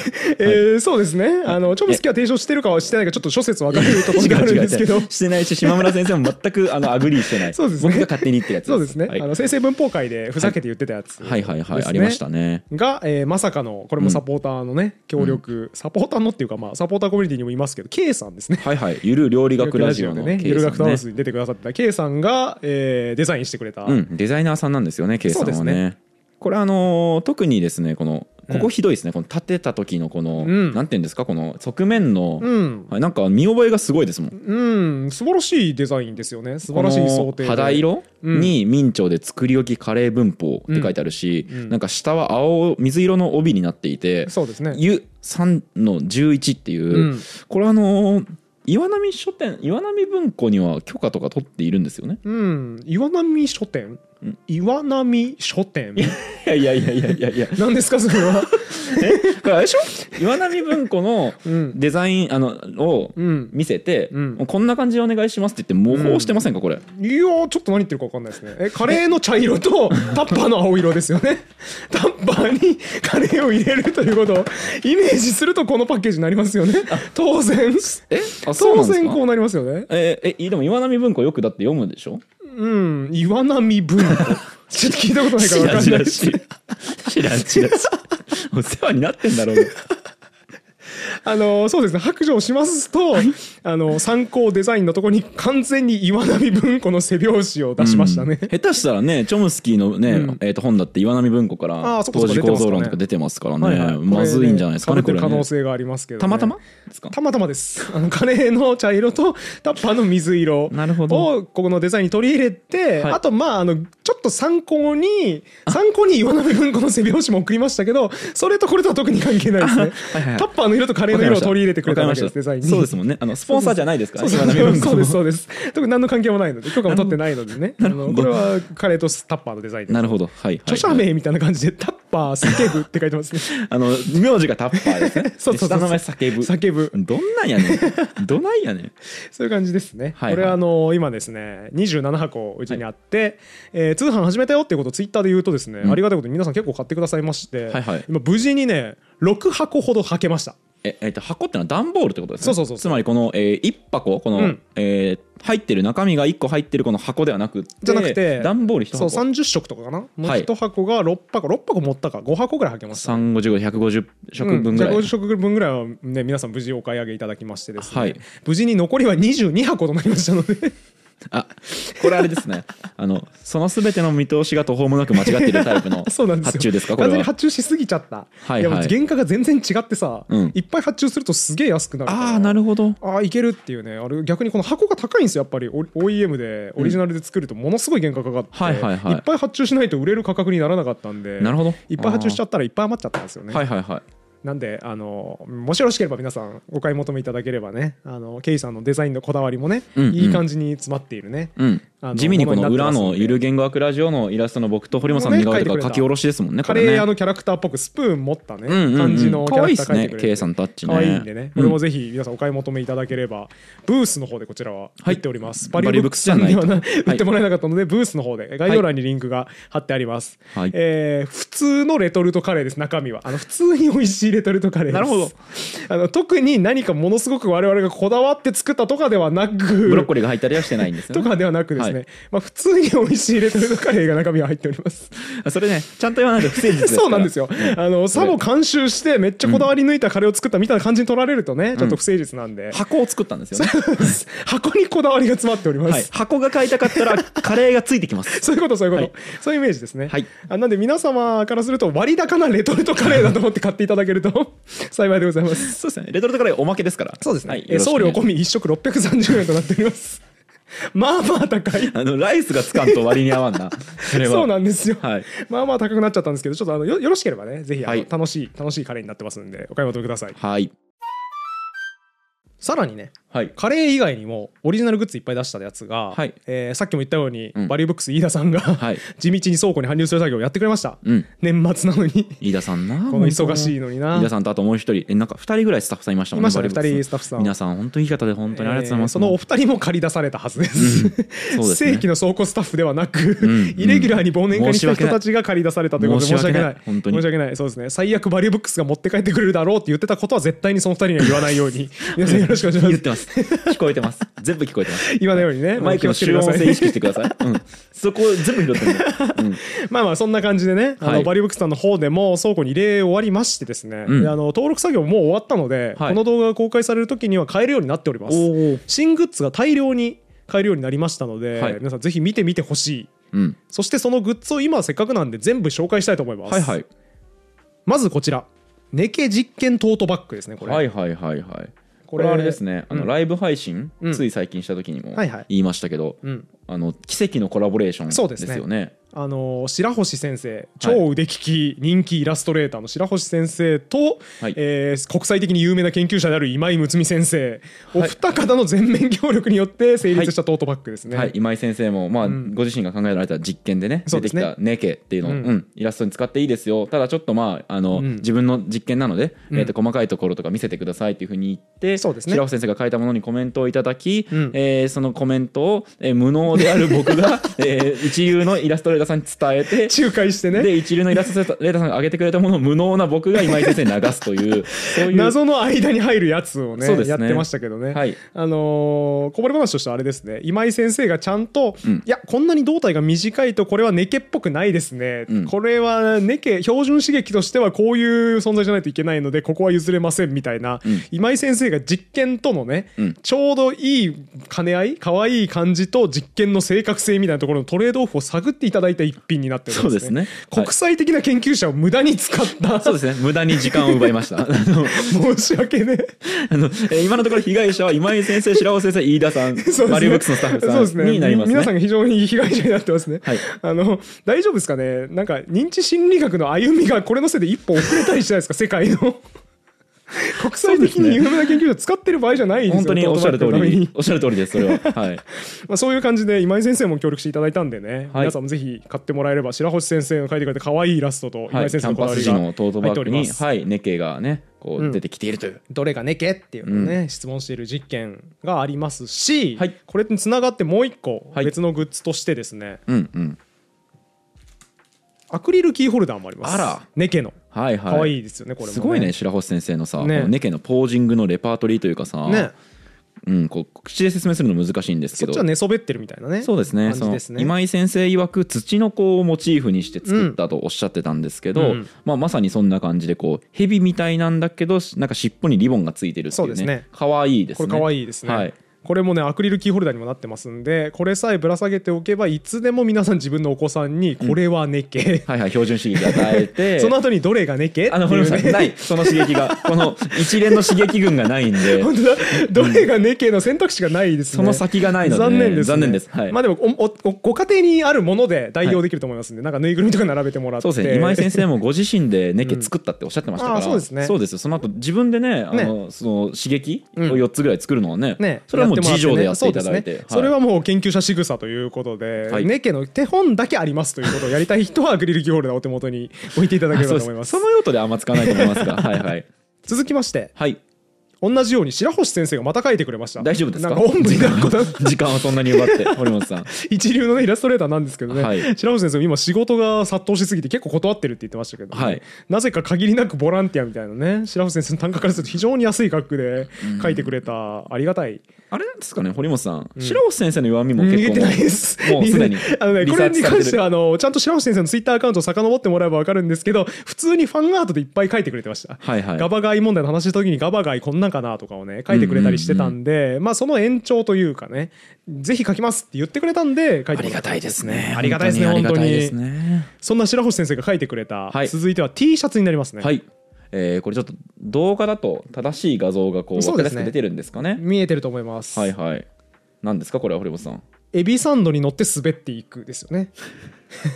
S1: えーそうですねあのチョムスキーは提唱してるかはしてないかちょっと諸説分かれるところがあ
S2: 違
S1: る
S2: う
S1: ん
S2: 違う
S1: で
S2: 違う
S1: すけど
S2: してないし島村先生も全くあのアグリーしてない
S1: そうですね
S2: 僕が勝手に言ってるやつ
S1: そうですね、
S2: はい
S1: あの先生文法会でふざけて言ってたやつ、
S2: はいはいはい、
S1: ですね
S2: ありましたね
S1: が、えーまさかのこれもサポーターのね、協力サポーターのっていうか、まあ、サポーターコミュニティにもいますけど K さんですね
S2: はいはいゆる料理学ラジオの
S1: でね「ゆ
S2: K
S1: る
S2: さん
S1: 学とハウス」に出てくださってた K さんが、えーデザインしてくれた、
S2: うん、デザイナーさんなんですよね、K さんは
S1: そう
S2: ね。
S1: です
S2: これあのー特にですね、このここひどいですね、この立てた時のこの、
S1: うん
S2: なんていうんですか、この側面の、
S1: うん
S2: はい、なんか見覚えがすごいですもん。
S1: うん素晴らしいデザインですよね素晴らしい想定
S2: この肌色
S1: うん
S2: に明朝で作り置きカレー文法って書いてあるし、
S1: うんうん
S2: なんか下は青水色の帯になっていて、
S1: そうですね
S2: ゆ3の11っていう、
S1: うん
S2: これあのー岩波書店岩波文庫には許可とか取っているんですよね。
S1: うん岩波書店
S2: うん
S1: 岩波書店
S2: いやいやいやいやいやいや。
S1: 何ですかそれは
S2: これあれでしょ岩波文庫の
S1: うん
S2: デザインあのを
S1: うん
S2: 見せて、
S1: うん
S2: こんな感じでお願いしますって言って模倣してませんかこれ、
S1: いやーちょっと何言ってるか分かんないですねえカレーの茶色とタッパーの青色ですよね タッパーに カレーを入れるということをイメージするとこのパッケージになりますよね当然
S2: えあそう
S1: 当
S2: なんです
S1: 然
S2: か
S1: こうなりますよね
S2: えーえでも岩波文庫よくだって読むでしょ
S1: うん岩波文庫 ちょっと聞いたことないから分かんないです
S2: 知らん知らんお世話になってんだろうね
S1: あのーそうですね白状しますと、あのー参考デザインのとこに完全に岩波文庫の背表紙を出しましたね、
S2: 下手したらねチョムスキーのね、
S1: うん
S2: えー、と本だって岩波文庫か
S1: あ
S2: ら
S1: ーそっかそ
S2: 当
S1: っか
S2: 時構造論と
S1: 出てますからね
S2: か出てますか
S1: は
S2: らね
S1: いはい
S2: まずいんじゃないですかね
S1: こ
S2: こ
S1: れ被ってる
S2: れ
S1: 可
S2: ね
S1: 能性がありますけどね、
S2: たまたまですか
S1: たまたまです あのカレーの茶色とタッパーの水色
S2: なるほど
S1: をここのデザインに取り入れて、
S2: はい
S1: あとまああのちょっと参考に参考に岩波文庫の背表紙も送りましたけどそれとこれとは特に関係ないですね
S2: はいはいはい
S1: タッパーの色とカレーの色を取り入れてくれたわけですデザインに
S2: そうですも んねあのスポンサーじゃないですからね岩波文庫
S1: そう
S2: の
S1: ですそうです特に何の関係もないので許可も取ってないのでねあのこれはカレーとタッパーのデザインです
S2: なるほどはい、はい、
S1: 著者名みたいな感じで「タッパー叫ぶ」って書いてますね
S2: あの名字がタッパーですね
S1: そうそうそう
S2: で下の名前叫ぶ
S1: 叫ぶ
S2: どんなんやねんどないやねん
S1: そういう感じですね。
S2: はいはい
S1: これあの今ですね、27箱うちにあって、えー通販始めたよっていうことをツイッターで言うとですね、
S2: ん
S1: ありがたいことに皆さん結構買ってくださいまして、
S2: はいはい
S1: 今無事にね、6箱ほど履けました。
S2: え、えっと箱ってのは段ボールってことですね
S1: そうそうそう
S2: つまりこの、えー、1箱この、
S1: うん
S2: えー入ってる中身が1個入ってるこの箱ではなくて
S1: じゃなくて、
S2: 段ボール1
S1: そう
S2: 箱
S1: 30色とかかな。もう
S2: はい
S1: 1箱が6箱、6箱持ったか、5箱ぐらい履けました。
S2: 350150食分ぐら
S1: う
S2: い、
S1: ん、じゃあ50食分ぐらいはね皆さん無事お買い上げいただきましてですね、
S2: はい
S1: 無事に残りは22箱となりましたので
S2: あこれあれですね あのその全ての見通しが途方もなく間違ってるタイプの
S1: そうなんですよ
S2: 発注ですかこ
S1: 完
S2: れ
S1: 全に
S2: は
S1: 発注しすぎちゃった、
S2: はい
S1: やもう
S2: はい
S1: 原価が全然違ってさ、
S2: うん
S1: いっぱい発注するとすげえ安くなるから
S2: ああなるほど
S1: あーいけるっていうねあれ逆にこの箱が高いんですよやっぱりオ OEM でオリジナルで作るとものすごい原価かかって、
S2: はいはいはい
S1: っぱい発注しないと売れる価格にならなかったんで
S2: なるほど
S1: いっぱい発注しちゃったらいっぱい余っちゃったんですよね、
S2: はいはいはい
S1: なんであのもしよろしければ皆さんお買い求めいただければねあのケイさんのデザインのこだわりもね、
S2: うんうん
S1: いい感じに詰まっているね、
S2: うん
S1: あの
S2: 地味にこの裏
S1: ものになって
S2: の
S1: ますんで
S2: ゆる言語学ラジオのイラストの僕と堀本さんの似顔絵とか書き下ろしですもんね
S1: カ
S2: これね
S1: レー屋のキャラクターっぽくスプーン持ったね、
S2: うんうんうん
S1: 感じのキャラクター
S2: 可
S1: 描い
S2: 愛
S1: てくれ
S2: いっすね
S1: て
S2: K さんタッチね
S1: 可愛いんでね、
S2: う
S1: こ
S2: ん
S1: れもぜひ皆さんお買い求めいただければブースの方でこちらは
S2: は
S1: 売
S2: い
S1: っております、
S2: バリュー
S1: さんでは
S2: ブッ
S1: な
S2: クスじゃないと
S1: 売ってもらえなかったのでブースの方で概要欄にリンクが貼ってあります、
S2: はい
S1: えー普通のレトルトカレーです中身はあの普通に美味しいレトルトカレーです
S2: なるほど
S1: あの特に何かものすごく我々がこだわって作ったとかではなく
S2: ブロッコリーが入ったりはしてないんですよ
S1: と
S2: ね
S1: かではなくですね、
S2: はい
S1: まあ、普通に美味しいレトルトカレーが中身は入っております
S2: あそれねちゃんと言わないと不誠実 ですか ら
S1: そうなんですよ。あのさも監修してめっちゃこだわり抜いたカレーを作ったみたいな感じに取られるとね、ちょっと不誠実なんで。
S2: 箱を作ったんですよね
S1: 箱にこだわりが詰まっております。
S2: はい箱が買いたかったらカレーがついてきます
S1: そういうことそういうこと、
S2: は
S1: そういうイメージですね、
S2: はい
S1: あなんで皆様からすると割高なレトルトカレーだと思って買っていただけると 幸いでございます
S2: そうですねレトルトカレーおまけですからそうです
S1: え送料込み1食630円となっております まあまあ高い
S2: あのライスがつかんと割に合わん なそれは
S1: そうなんですよ、
S2: はい
S1: まあまあ高くなっちゃったんですけどちょっとあのよよろしければねぜひあの、
S2: はい
S1: 楽しい楽しいカレーになってますんでお買い求めください
S2: はい
S1: さらにね
S2: はい
S1: カレー以外にもオリジナルグッズいっぱい出したやつが、
S2: はい
S1: えーさっきも言ったように、
S2: うん
S1: バリューブックス飯田さんが、
S2: はい
S1: 地道に倉庫に搬入する作業をやってくれました、
S2: うん
S1: 年末なのに
S2: 飯田さんな
S1: この忙しいのにな
S2: 飯田さんとあともう一人えなんか二人ぐらいスタッフさんいましたもん
S1: いましたね
S2: バリブック
S1: 二人
S2: ス
S1: スタッフさん
S2: 皆さん本当にいい方で本当にありがとうございます、
S1: えーそのお二人も借り出されたはず です,、
S2: そうですね
S1: 正規の倉庫スタッフではなく、
S2: ん
S1: イレギュラーに忘年会にした人たちが借り出されたということで申
S2: 申
S1: し
S2: し
S1: 訳
S2: 訳
S1: な
S2: ないい本当に
S1: 申し訳ないそうですね最悪バリューブックスが持って帰ってくれるだろうって言ってたことは絶対にその二人には言わないよう に皆さんよろしくお願いし
S2: 言
S1: ま
S2: っ
S1: す
S2: てます聞こえて ます全部聞こえてます
S1: 言わないようにね
S2: マイクの
S1: 気
S2: 集
S1: を
S2: 音
S1: つけてくださ
S2: 性
S1: い
S2: 意識してください、うん、そこ全部拾ってるんで、うん、
S1: まあまあそんな感じでね、あ
S2: は
S1: の
S2: い
S1: バリブックスさんの方でも倉庫に入れ終わりましてですね、
S2: うん
S1: であの登録作業もう終わったので、
S2: はい
S1: この動画が公開される時には買えるようになっております
S2: おお
S1: 新グッズが大量に買えるようになりましたので、
S2: はい
S1: 皆さんぜひ見てみてほしい
S2: うん
S1: そしてそのグッズを今せっかくなんで全部紹介したいと思います、
S2: はいはい
S1: まずこちらネケ実験トートバッグですねこれ、
S2: はいはいはいはい
S1: こ
S2: こ
S1: れ
S2: れあれですね、あ
S1: うん
S2: のライブ配信、
S1: うん
S2: つい最近した時にも
S1: はいはい
S2: 言いましたけど、
S1: うん
S2: あの奇跡のコラボレーション
S1: そうですね
S2: ですよね。
S1: あのー白星先生超腕利き人気イラストレーターの白星先生と、
S2: はい
S1: えー国際的に有名な研究者である今井睦美先生、
S2: はい
S1: お二方の全面協力によって成立したトートバッグですね。
S2: はい、今井先生も、まあ
S1: ん
S2: ご自身が考えられた実験でね
S1: そう
S2: 出
S1: で
S2: て
S1: す
S2: き
S1: ね
S2: た「ネケ」っていうのを、
S1: うん
S2: うんイラストに使っていいですよただちょっとまああの、
S1: うん
S2: 自分の実験なので、
S1: うん
S2: えー、と細かいところとか見せてくださいっていうふうに言って、
S1: そうですね
S2: 白尾先生が書いたものにコメントをいただき、
S1: うん
S2: えーそのコメントを、えー無能である僕が、 えー一流のイラストレーターさんに伝えて
S1: 仲介してね
S2: で一流のイラストレーターさんが上げてくれたものを無能な僕が今井先生に流すというそういう
S1: 謎の間に入るやつをね
S2: そうですね
S1: やってましたけどね、
S2: はい
S1: あのーこぼれ話としてはあれですね今井先生がちゃんと、
S2: ん
S1: いやこんなに胴体が短いとこれはネケっぽくないですね、
S2: うん
S1: これはネケ標準刺激としてはこういう存在じゃないといけないのでここは譲れませんみたいな、
S2: ん
S1: 今井先生が実験とのね、
S2: うん
S1: ちょうどいい兼ね合い可愛い感じと実験の正確性みたいなところのトレードオフを探っていただいた一品になってるん
S2: そうですねはい
S1: 国際的な研究者を無駄に使った、
S2: そうですね無駄に時間を奪いました あの
S1: 申し訳ねえ
S2: あのえー今のところ被害者は今井先生白尾先生飯田さん、
S1: そうですね
S2: バリューブックスのスタッフ
S1: そうです
S2: さん
S1: ね
S2: になりますね
S1: 皆さんが非常に被害者になってますね、
S2: はい
S1: あの大丈夫ですかねなんか認知心理学の歩みがこれのせいで一歩遅れたりしないですか世界の 国際的に有名な研究者使ってる場合じゃないですよ
S2: 本当におっしゃる通
S1: トートバッグのため
S2: り
S1: に
S2: おっしゃる通りですそれは はい
S1: まあ、そういう感じで今井先生も協力していただいたんでね、
S2: はい
S1: 皆さんもぜひ買ってもらえれば白星先生が書いてくれた可愛いイラストと今
S2: はい
S1: 井先
S2: キ
S1: 生の
S2: ャン
S1: こだ
S2: パ
S1: わ
S2: ス
S1: り
S2: 時
S1: が
S2: のトート
S1: 入
S2: バ
S1: ってお
S2: ッグ
S1: りま
S2: に
S1: す、
S2: はいネケがねこ
S1: うん
S2: う出てきているという、
S1: どれがねけっていうのをね、質問している実験がありますし、
S2: はい
S1: これにつながってもう一個
S2: はい
S1: 別のグッズとしてですね、
S2: うん、うん
S1: アクリルキーホルダーもあります
S2: あら
S1: ネケの
S2: はいはい
S1: 可愛いですよね、これも、
S2: すごいね白星先生のさ、
S1: ね
S2: このネケのポージングのレパートリーというかさ、
S1: ね
S2: うん、こう口で説明するの難しいんです
S1: そ
S2: け
S1: っ
S2: ど
S1: ちは寝そべってるみたいなね
S2: そうですね
S1: 感じです
S2: そ
S1: ね
S2: の今井先生曰く土の子をモチーフにして作ったとおっしゃってたんですけど、
S1: うん
S2: まあ、まさにそんな感じでこう蛇みたいなんだけどなんか尻尾にリボンがついてるってい
S1: そう
S2: う
S1: で
S2: ね
S1: すね
S2: 可愛いです
S1: こ
S2: ね
S1: れ可愛いですね、
S2: はい
S1: これもねアクリルキーホルダーにもなってますんでこれさえぶら下げておけばいつでも皆さん自分のお子さんに「これはねけ」
S2: はいはい標準刺激与えて
S1: その後にどれがねけ
S2: あのごめんなさいないその刺激が この一連の刺激群がないん で
S1: 本当だどれがねけの選択肢がないですね
S2: その先がないのでね
S1: 残念です、ね、
S2: 残念ですはい
S1: まあでもおおおご家庭にあるもので代用できると思いますんで、なんかぬいぐるみとか並べてもらって
S2: そうですね今井先生もご自身でネケ作ったっておっしゃってましたか
S1: あ
S2: ら、
S1: ーそうですね
S2: そうですその後自分でねあのその刺激を4つぐらい作るのはね,、
S1: ね、
S2: それは
S1: や
S2: もう自
S1: って
S2: 助
S1: も
S2: で
S1: ら
S2: やっ
S1: ってね
S2: てい
S1: そうです
S2: ただいて
S1: ねそれはもう研究者仕草ということで、
S2: はい
S1: ネケの手本だけありますということをやりたい人はアクリルキーホルダーをお手元に置いていただけ
S2: あ
S1: れば
S2: そ
S1: と
S2: うです
S1: 思います
S2: その用途であんま使わないと思いま すがはいはい
S1: 続きまして
S2: はい
S1: 同じように白星先生がまた書いてくれました
S2: 大丈夫ですか
S1: なんかおんぶに抱っこだ
S2: 時間はそんなに奪って堀本さん
S1: 一流のねイラストレーターなんですけどね、
S2: はい
S1: 白星先生も今仕事が殺到しすぎて結構断ってるって言ってましたけど、
S2: はい
S1: なぜか限りなくボランティアみたいなね白星先生の単価からすると非常に安い価格で書いてくれた ありがたい
S2: あれなんですかね堀本さん、白星先生の弱みも結構
S1: 逃げてないです。
S2: もうすでに
S1: あのね、
S2: リ
S1: こ
S2: サー
S1: れ
S2: チ
S1: に
S2: され
S1: 関
S2: て
S1: して
S2: る
S1: はあのちゃんと白星先生のツイッターアカウントを遡ってもらえば分かるんですけど普通にファンアートでいっぱい書いてくれてました。
S2: はいはい
S1: ガバガイ問題の話した時にガバガイこんなんかなとかをね書いてくれたりしてたんで、まあその延長というかねぜひ書きますって言ってくれたんで書いて
S2: あ
S1: も
S2: り
S1: ら
S2: が
S1: った
S2: いですね
S1: ありがたいですね本当
S2: ありがたい
S1: に
S2: ですね
S1: そんな白星先生が書いてくれた、
S2: はい
S1: 続いては T シャツになりますね、
S2: はい、えーこれちょっと動画だと正しい画像がこう
S1: そ
S2: 分
S1: う
S2: か
S1: で
S2: りや
S1: す
S2: す
S1: ね
S2: く出てるんですかね
S1: 見えてると思います、
S2: はいはい何ですかこれは堀本さん
S1: エビサンドに乗って滑っていくですよね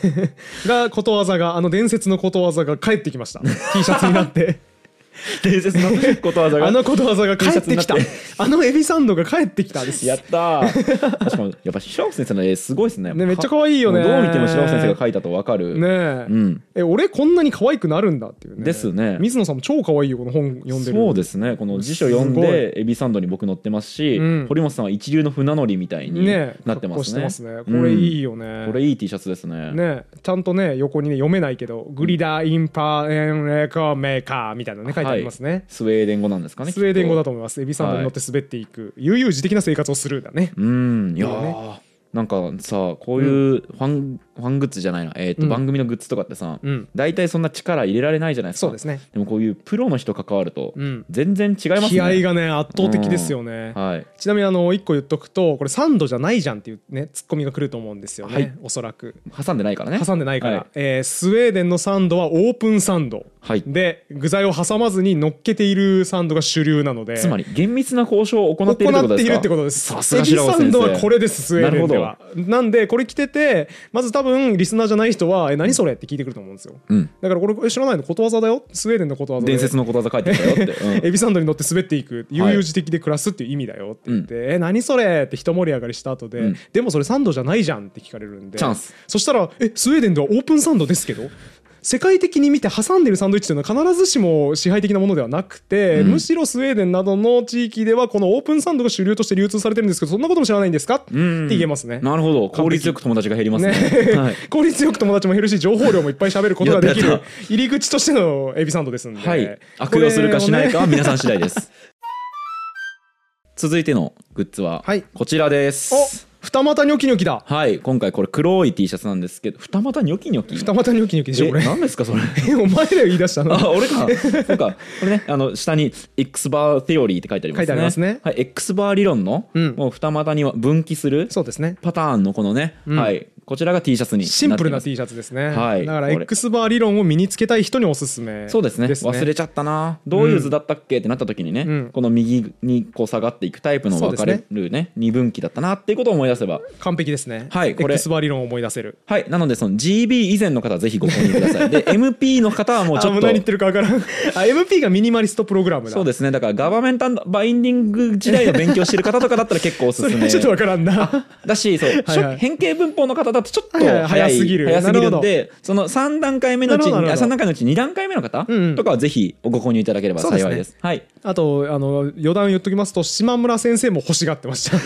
S1: がことわざがあの伝説のことわざが帰ってきました T シャツになって
S2: 伝説のことわざが
S1: あのことわざが帰ってきた
S2: T シャツになっ
S1: あのエビサンドが帰ってきたです
S2: やったー 確かにやっぱ白先生の絵すごいですね
S1: ねめっちゃ可愛いよね
S2: もうどう見ても白先生が描いたと分かる、
S1: ねえ,、
S2: うん
S1: え俺こんなに可愛くなるんだっていうね
S2: ですね
S1: 水野さんも超可愛いよこの本読んでる
S2: そうですねこの辞書読ん
S1: すご
S2: でエビサンドに僕載ってますし、
S1: うん
S2: 堀本さんは一流の船乗りみたい
S1: ね
S2: に
S1: え
S2: なってま
S1: 格好
S2: すね
S1: してますねこれいいよね
S2: うんこれいい T シャツです
S1: ね
S2: ね
S1: えちゃんとね横にね読めないけど「グリダインパエンレコメーカー」みたいなのね書いてありますね、
S2: はいスウェーデン語なんですかね
S1: スウェーデン語だ
S2: と
S1: と思いますエビサンドに乗って滑っていく、悠々自適な生活をするだね
S2: うんいやー
S1: いい
S2: なんかさこういうファン、ファングッズじゃないな、えーと
S1: うん
S2: 番組のグッズとかってさ、
S1: うん
S2: 大体そんな力入れられないじゃないです
S1: そ
S2: か
S1: うですね
S2: でもこういうプロの人関わると
S1: うん
S2: 全然違いますね、
S1: 気合がね圧倒的ですよね、
S2: はい
S1: ちなみにあの一個言っとくとこれサンドじゃないじゃんっていうねツッコミが来ると思うんですよね、
S2: はい
S1: おそらく
S2: 挟んでないからね
S1: 挟んでないから、
S2: はい
S1: えースウェーデンのサンドはオープンサンド、
S2: はい
S1: で具材を挟まずに乗っけているサンドが主流なので
S2: つまり厳密な交渉を行
S1: 行
S2: っているってこ
S1: っ
S2: と
S1: て
S2: で
S1: い
S2: す
S1: る
S2: か
S1: ってことです。
S2: さすが
S1: エビ
S2: 白
S1: サ
S2: 川
S1: ン
S2: 先
S1: ド
S2: 生
S1: はこれです、スウェーデンでは。なんで、これ着てて、まず多分、リスナーじゃない人は、え、何それって聞いてくると思うんですよ。
S2: うん
S1: だからこれえ知らないのことわざだよスウェーデンのことわざだよ
S2: 伝説のことわざ書いてたよって、うん
S1: エビサンドに乗って滑っていく悠々自適で暮らすっていう意味だよって言って「え何それ?」って一盛り上がりした後で、
S2: うん
S1: でもそれサンドじゃないじゃん」って聞かれるんで
S2: チャンス
S1: そしたら「えスウェーデンではオープンサンドですけど?」世界的に見て挟んでるサンドイッチというのは必ずしも支配的なものではなくて、
S2: うん
S1: むしろスウェーデンなどの地域ではこのオープンサンドが主流として流通されてるんですけどそんなことも知らないんですか、
S2: うん
S1: って言えますね。
S2: なるほど効率よく友達が減りますねはい
S1: 効率よく友達も減るし情報量もいっぱい喋ることができ
S2: やっ
S1: る
S2: たや
S1: 入り口としてのエビサンドですんで、
S2: はい、悪用するかしないかは皆さん 次第です続いてのグッズは
S1: はい
S2: こちら
S1: こ
S2: で
S1: れをね
S2: す、
S1: お二股ニョキニョキだ
S2: はい今回これ黒い T シャツなんですけど二股ニョキニョキ
S1: 二股ニョキニョキでしょ
S2: え
S1: これ
S2: 何ですかそれ
S1: え お前らが言い出したの
S2: あ俺かそうかこれねあの下に X バーテオリーって書いてありま
S1: 書
S2: すね
S1: いてありますね
S2: はい、X バー理論の、
S1: うん
S2: もう二股には分岐する
S1: そうですね
S2: パターンのこのね、
S1: ん
S2: はいこちらが T シャツになっています
S1: シンプルな T シャツですね、
S2: はい
S1: だから
S2: これ
S1: X バー理論を身につけたい人におすすめ
S2: そうですね忘れちゃったなどういう図だったっけってなった時にね、
S1: うん
S2: この右にこう下がっていくタイプの分かれるね二分岐だったなっていうことを思い出せば
S1: 完璧ですね
S2: はいこれ
S1: X バー理論を思い出せる
S2: はいなのでその GB 以前の方はぜひご購入くださ いで MP の方はもうち
S1: あ
S2: ょ
S1: も
S2: っ
S1: う
S2: と
S1: 何言ってるか分 からんあ MP がミニマリストプログラムだ
S2: そうですねだからガバメンタルバインディング時代の勉強してる方とかだったら結構おす
S1: そ
S2: す
S1: れ
S2: め
S1: はちょっと分からんな
S2: だしそう、
S1: はいはい
S2: 変形文法の方だとちょっと
S1: はい
S2: 早、
S1: はいい早すぎる
S2: 早すぎる
S1: なん
S2: でその3段階目のうち
S1: なるほどなるほど
S2: 3段階のうち2段階目の方
S1: うんうん
S2: とかはぜひご購入いただければ幸い
S1: そう
S2: で
S1: ですす
S2: はい
S1: あとあの余談言っときますと島村先生も欲しがってま した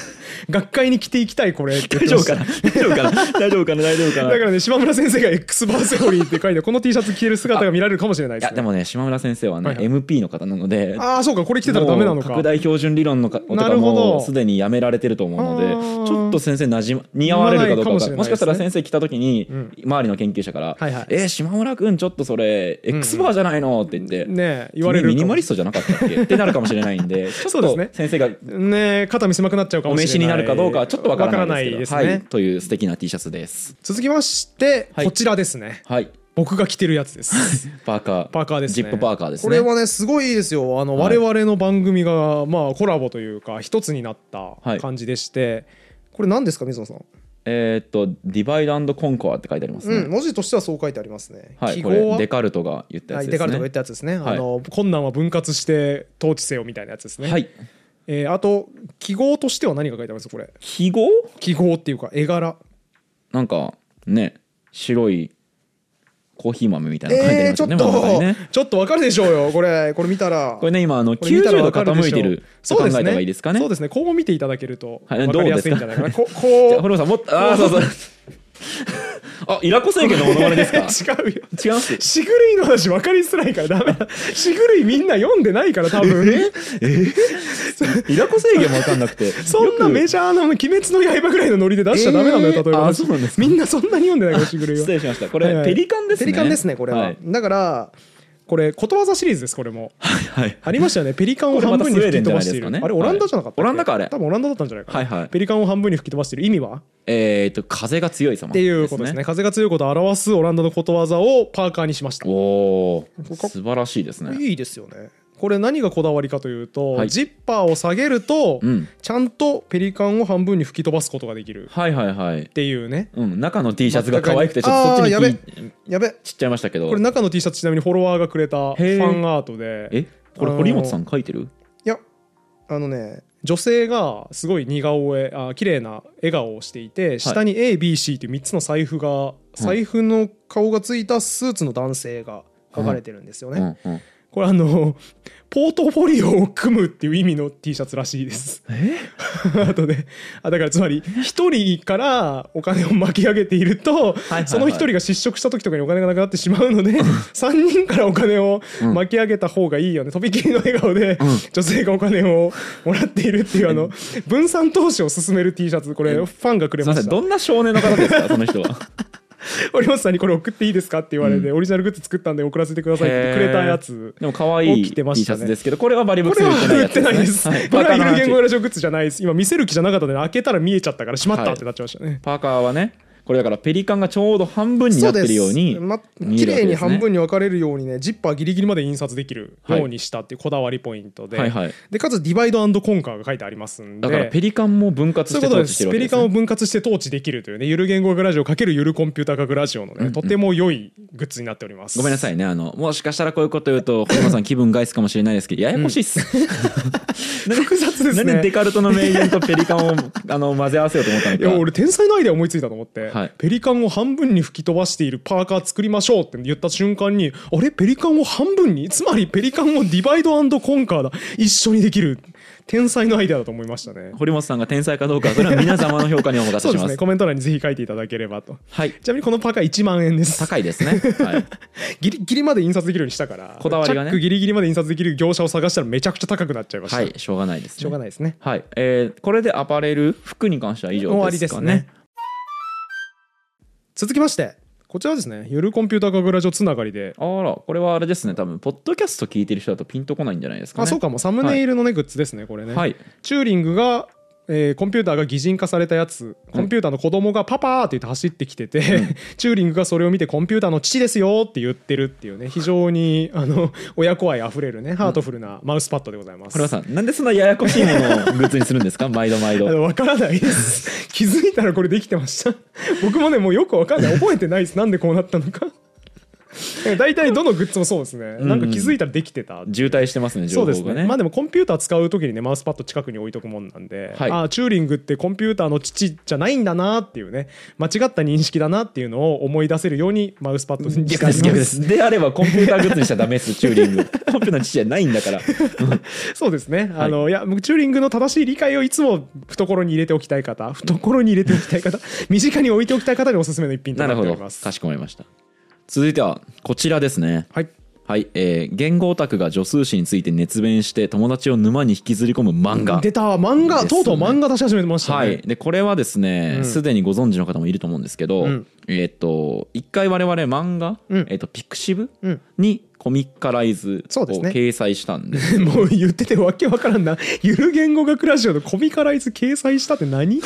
S1: 学会に着ていきたいこれって言
S2: 大
S1: って
S2: 丈
S1: ま
S2: 夫
S1: した
S2: かな 大丈夫かな大丈夫かな大丈夫かな
S1: だからね島村先生が X バーセオリーって書いてこの T シャツ着てる姿が見られるかもしれない
S2: い
S1: で
S2: や
S1: す
S2: で
S1: ね
S2: もね島村先生はね、
S1: はいはい
S2: MP の方なので
S1: ああそうかこれ着てたらダメなの
S2: もう
S1: か
S2: 拡大標準理論のかと
S1: な
S2: か
S1: るほど
S2: もうすでにやめられてると思うの
S1: あ
S2: で
S1: ー
S2: ちょっと先生なじま似合われるかどうかわ
S1: 似合わな
S2: かんない
S1: いかもしれない
S2: もしかしたら先生来た時に
S1: ん
S2: 周りの研究者から
S1: はいはい
S2: 「えー島村君ちょっとそれ X バーじゃないの?」って言って
S1: ねえ言われ
S2: 君
S1: る
S2: ミニマリストじゃなかったっけってなるかもしれないんでち ょ
S1: そう
S2: っ
S1: です
S2: と
S1: ね
S2: 先生が
S1: ねえ肩身狭くなっちゃうか
S2: お
S1: もしれない
S2: 召しになるかどうかはちょっとわからない
S1: わ
S2: ですけ
S1: から
S2: ど
S1: な
S2: はいいという素敵な T シャツです
S1: 続きまして、
S2: はい
S1: こちらですね
S2: はい
S1: 僕が着てるやつです
S2: パーカー
S1: パーカーですね
S2: ジップパーカーです
S1: これ
S2: ね
S1: はねすごいですよあの、
S2: はい
S1: 我々の番組がまあコラボというか一つになった
S2: はい
S1: 感じでして、これ何ですか水野さん、
S2: えーっと「ディバイドコンコア」って書いてあります
S1: うん、
S2: ね
S1: 文字としてはそう書いてありますね、
S2: はい
S1: 記
S2: こ
S1: 号
S2: れ
S1: は
S2: デカルトが言ったや
S1: はい
S2: つ
S1: デ
S2: で
S1: カ
S2: す
S1: ルトが言っ
S2: ね
S1: たやつですね、
S2: はい
S1: あの困難は分割して統治せよみたいなやつですね、
S2: はい
S1: えーあと記号としては何が書いてありますこれ
S2: 記号
S1: 記号っていうか絵柄
S2: なんかね白いコーヒー豆みたいなの書いてあり
S1: えー、
S2: ま
S1: ち
S2: す
S1: ょ
S2: よ
S1: っ
S2: ね,
S1: と
S2: 真ん中にね、
S1: ちょっとわかるでしょうよこれこれ見たら
S2: これね今あの
S1: これ見たら
S2: 90度
S1: わかでし
S2: 傾
S1: ょ
S2: いてると考えた方がいいですかね
S1: そうですねそうですねこう見ていただけると
S2: はい
S1: 分かりやすいんじゃないかな
S2: ど
S1: ここ
S2: じゃあ
S1: う
S2: 堀本さんもっとああそうそうあイラコ政権のものまねですか
S1: 違うよ
S2: 違います
S1: しぐるいの話分かりづらいからダメだしぐるいみんな読んでないから多分
S2: イラコ制限も分かんなくて
S1: そんなメジャーな「鬼滅の刃」ぐらいのノリで出しちゃダメなのよ
S2: え
S1: 例え
S2: ー
S1: ば
S2: あそうなんですか
S1: みんなそんなに読んでないからしぐるい は
S2: 失礼しましたこ
S1: はいは
S2: れ
S1: い
S2: ペリカンですね
S1: ペリカンですねこれは、
S2: い
S1: だからこれことわざシリーズですこれも
S2: はい
S1: ありましたよねペリカンを半分に吹き飛ばしている
S2: これまたスウェーデンじゃないですかね
S1: あれオランダじゃなかったっけ
S2: はいオランダかあれ
S1: 多分オランダだったんじゃないかな、
S2: はいはい
S1: ペリカンを半分に吹き飛ばしている意味は
S2: えっと風が強い様
S1: っていうことですね風が強いことを表すオランダのことわざをパーカーにしました
S2: おお
S1: ここ
S2: 素晴らしいですね
S1: いいですよねこれ何がこだわりかというと、
S2: はい
S1: ジッパーを下げると、
S2: うん
S1: ちゃんとペリカンを半分に吹き飛ばすことができるっ
S2: はいはいはい
S1: ていうね
S2: うん中の T シャツが可愛くてちょっとそっち
S1: あーや
S2: に
S1: べやべ
S2: ちっちゃいましたけど
S1: これ中の T シャツちなみにフォロワーがくれたフ
S2: へー
S1: ァンアートで
S2: えこれ堀本さん書いてる
S1: いやあのね女性がすごい似顔絵あ綺麗な笑顔をしていて下に ABC という3つの財布が財布の顔がついたスーツの男性が書かれてるんですよね、
S2: うんうん
S1: これあのポートフォリオを組むっていう意味の T シャツらしいです
S2: え
S1: あとであだからつまり一人からお金を巻き上げていると
S2: はいはい
S1: その一人が失職した時とかにお金がなくなってしまうので3人からお金を巻き上げた方がいいよねとびきりの笑顔で女性がお金をもらっているっていうあの分散投資を進める T シャツこれファンがくれ
S2: すいま
S1: ま
S2: せん
S1: した
S2: どんな少年の方ですかその 人は
S1: 堀本さんにこれ送っていいですかって言われてオリジナルグッズ作ったんで送らせてくださいってくれたやつ
S2: でも可愛い
S1: 起きてま
S2: T
S1: し
S2: シ
S1: た
S2: ャ
S1: ね
S2: ツですけどこれはバリブッ
S1: こ
S2: クス
S1: れ
S2: に
S1: は
S2: 売ってない
S1: 売
S2: や
S1: っ
S2: つで
S1: て
S2: す
S1: ない
S2: ね
S1: です。
S2: は
S1: こ
S2: いパ
S1: れ
S2: ー
S1: は
S2: カー
S1: イ
S2: の
S1: ル言語
S2: 話
S1: ラジオグッズじゃないです。今見せる気じゃなかったので開けたら見えちゃったからしまった
S2: はい
S1: ってなっちゃいましたね。
S2: パーカーはねこれだからペリカンがちょうど半分になってるように
S1: ま
S2: 見
S1: 綺
S2: えるわ
S1: 麗
S2: け
S1: に
S2: ですね
S1: 半分に分かれるようにね、ジッパーギリギリまで印刷できるようにしたっていうこだわりポイントで、
S2: はいはい
S1: でかつディバイドアンドコンカーが書いてありますんで。
S2: だからペリカンも分割
S1: そう
S2: し
S1: いう
S2: て
S1: こと
S2: 統
S1: で
S2: 治して
S1: す。
S2: るわ
S1: ペ
S2: けで
S1: リ
S2: す
S1: カン
S2: ね
S1: を分割して統治できるというね、ゆる言語学ラジオ×ゆるコンピュータ学ラジオのね、とても良いグッズになっております。
S2: ごめんなさいねあのもしかしたらこういうこと言うと本間さん気分害すかもしれないですけどややこし いっす、
S1: 複雑です
S2: なん
S1: ね。
S2: でデカルトの名言とペリカンを あの混ぜ合わせようと思ったの
S1: い
S2: か
S1: や俺天才のアイデア思いついたと思って、
S2: はい
S1: ペリカンを半分に吹き飛ばしているパーカー作りましょうって言った瞬間にあれペリカンを半分につまりペリカンをディバイドコンカーだ 一緒にできる天才のアイデアだと思いましたね
S2: 堀本さんが天才かどうかはそれは皆様の評価にお任せ
S1: そう
S2: し
S1: です
S2: ま
S1: ね
S2: す
S1: コメント欄にぜひ書いていただければと
S2: はい
S1: ちなみにこのパーカー1万円です
S2: 高いですね、はい、
S1: ギリギリまで印刷できるようにしたから
S2: こだわりがね
S1: チャックギリギリまで印刷できる業者を探したらめちゃくちゃ高くなっちゃいました、
S2: はい、しょうがないです、ね、
S1: しょうがないですね
S2: はい、えーこれでアパレル服に関しては以上ですかね
S1: 終わりですね続きましてこちらですねゆるコンピュータ学ラジオつながりで
S2: あらこれはあれですね多分ポッドキャスト聞いてる人だとピンとこないんじゃないですかね
S1: あそうかもサムネイルのね、グッズですねこれね、
S2: はい
S1: チューリングが、えーコンピューターが擬人化されたやつコンピューターの子供が「パパ!」って言って走ってきてて、 チューリングがそれを見て「コンピューターの父ですよ!」って言ってるって いうね非常にあの親子愛あふれるねハートフルなマウスパッドでございます。
S2: 堀本さんなんでそんなややこしいものをグッズにするんですか毎度毎度
S1: あのわからないです 気づいたらこれできてました僕もねもうよくわかんない覚えてないですなんでこうなったの か大体どのグッズもそうですね、なんか気づいたらできてた
S2: 渋滞してますね
S1: そ
S2: 情
S1: うで
S2: 報
S1: す
S2: が
S1: ね
S2: ね
S1: まあでもコンピューター使う時にねマウスパッド近くに置いとくもんなんで、
S2: はい
S1: ああチューリングってコンピューターの父じゃないんだなっていうね間違った認識だなっていうのを思い出せるようにマウスパッド に
S2: 逆です逆ですであればコンピューターグッズにしちゃダメですチューリング コンピューターの父じゃないんだから
S1: そうですね、あのいや僕チューリングの正しい理解をいつも懐に入れておきたい方懐に入れておきたい 方身近に置いておきたい方におすすめの一品と
S2: な
S1: な
S2: る
S1: って
S2: ほ
S1: お
S2: ど
S1: りま
S2: か
S1: す
S2: しこまりました続いてはこちらですね
S1: はい
S2: はい、えー言語オタクが助数詞について熱弁して友達を沼に引きずり込む漫画
S1: 出た漫画、
S2: ですね
S1: とうとう漫画出し始めてましたね、
S2: はい、でこれはですね
S1: うん
S2: すで、にご存知の方もいると思うんですけど、
S1: うん
S2: えっと一回我々漫画、
S1: うん
S2: えっとピクシブ
S1: うん
S2: にコミカライズ
S1: そう
S2: を
S1: ですね
S2: 掲載したんで
S1: もう言っててわけわからんなゆる言語学ラジオのコミカライズ掲載したって何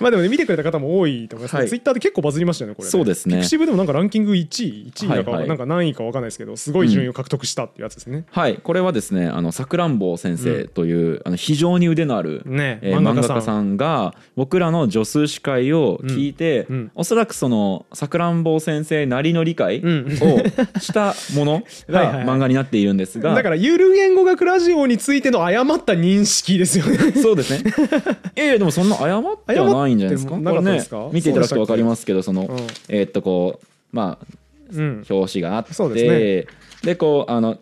S1: まあでもね見てくれた方も多いと思います、
S2: はい
S1: ツイッターで結構バズりましたよねこれね
S2: そうですね
S1: ピクシブでもなんかランキング1位1位だか、
S2: はいはい
S1: なんか何位かわかんないですけどすごい順位を獲得したっていうやつですね、
S2: はいこれはですねあのさくらんぼ先生という、あの非常に腕のある、
S1: ね
S2: えー
S1: 漫画家
S2: 漫画
S1: さん
S2: 家さんが僕らの助数司会を聞いて、
S1: うんうん
S2: おそらくそのさくらんぼ先生なりの理解
S1: うん
S2: をしたもの
S1: はいはいはい
S2: が漫画になっているんですが
S1: だからゆる言語学ラジオについての誤った認識ですよね
S2: そうで すね。いやいやでもそんな謝ってはないんじゃないですか。
S1: 謝ってなかったですか
S2: これね見ていただくとわかりますけど、その、
S1: うん
S2: えーっとこうまあ
S1: うん
S2: 表紙があって、
S1: そうで
S2: でこうあの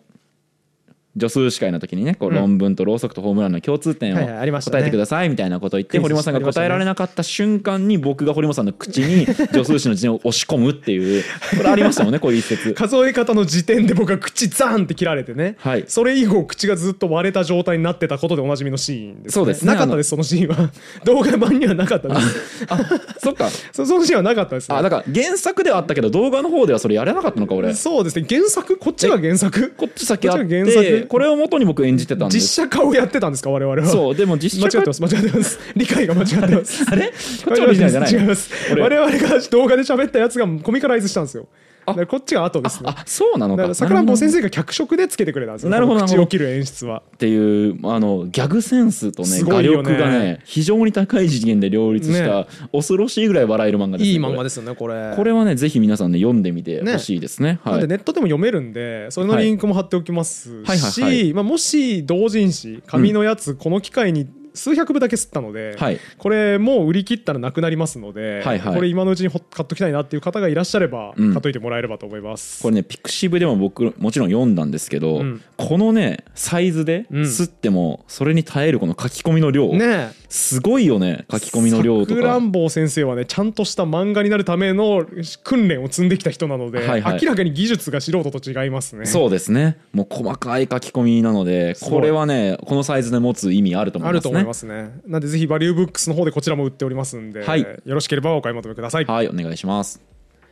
S2: 助数司会の時にね、こう
S1: うん
S2: 論文とろうそくとホームランの共通点を
S1: はいはいありましたね
S2: 答えてくださいみたいなことを言って、
S1: クイズ
S2: 堀本さんが答えられなかった瞬間に僕が堀本さんの口に助数詞の辞典を押し込むっ ていうこれありましたもんね、こういう一節。
S1: 数え方の時点で僕は口ザーンって切られてね、
S2: はい
S1: それ以後口がずっと割れた状態になってたことでおなじみのシーンです、ね、
S2: そうですね
S1: なかったですそのシーンは動画版にはなかったです
S2: あ、そっか。
S1: そそのシーンはなかったです、
S2: あ、だから原作ではあったけど動画の方ではそれやれなかったのか俺。
S1: そうですね原作こっちが原作
S2: こっち先あっ
S1: こっちが
S2: て
S1: 原作
S2: これを元に僕演じてたんです
S1: 実写化をやってたんですか我々は
S2: そうでも実
S1: 間違
S2: 写
S1: ってます間違ってます理解が間違ってます
S2: あれこっ ち
S1: 違
S2: オリジナルじゃない
S1: います
S2: 俺
S1: 我々が動画で喋ったやつがコミカライズしたんですよ
S2: あ
S1: だからこっちが後ですね
S2: あそうなの
S1: だか
S2: から
S1: さくらんぼ先
S2: 生
S1: 生が脚色でつけてくれたんですよ
S2: なるほど
S1: この
S2: な
S1: 口
S2: るほ
S1: を
S2: ど
S1: 切る演出は
S2: っていうあのギャグセンスとね
S1: すご
S2: 画
S1: いよね
S2: 力がね非常に高い次元で両立した、
S1: ね
S2: 恐ろしいぐらい笑える漫画です、ね、す
S1: すよねこれ
S2: これはねぜひ皆さんね読んでみてほしいですね
S1: な
S2: は
S1: んで
S2: い
S1: ネットでも読めるんでそれのリンクも貼っておきます
S2: はいはいはいは
S1: しまあもし同人誌紙のやつこの機会に数百部だけ吸ったので、
S2: はい
S1: これもう売り切ったらなくなりますので、
S2: はいはい
S1: これ今のうちにほ買っときたいなっていう方がいらっしゃれば、
S2: うん
S1: 買っといてもらえればと思います。
S2: これねピクシブでも僕もちろん読んだんですけど、
S1: うん
S2: このねサイズで
S1: うん
S2: 吸ってもそれに耐えるこの書き込みの量、
S1: ねえ
S2: すごいよね書き込みの量とか
S1: さくらんぼ先生はねちゃんとした漫画になるための訓練を積んできた人なので、
S2: はいはい
S1: 明らかに技術が素人と違いますね。
S2: そうですね。もう細かい書き込みなので、
S1: ごい
S2: これはね、このサイズで持つ意味あると思
S1: あ
S2: い
S1: る
S2: ま
S1: と
S2: す
S1: 思い
S2: ね
S1: ま。すね。なんでぜひバリューブックスの方でこちらも売っておりますんで、
S2: はい
S1: よろしければお買い求めください。
S2: はい、お願いします。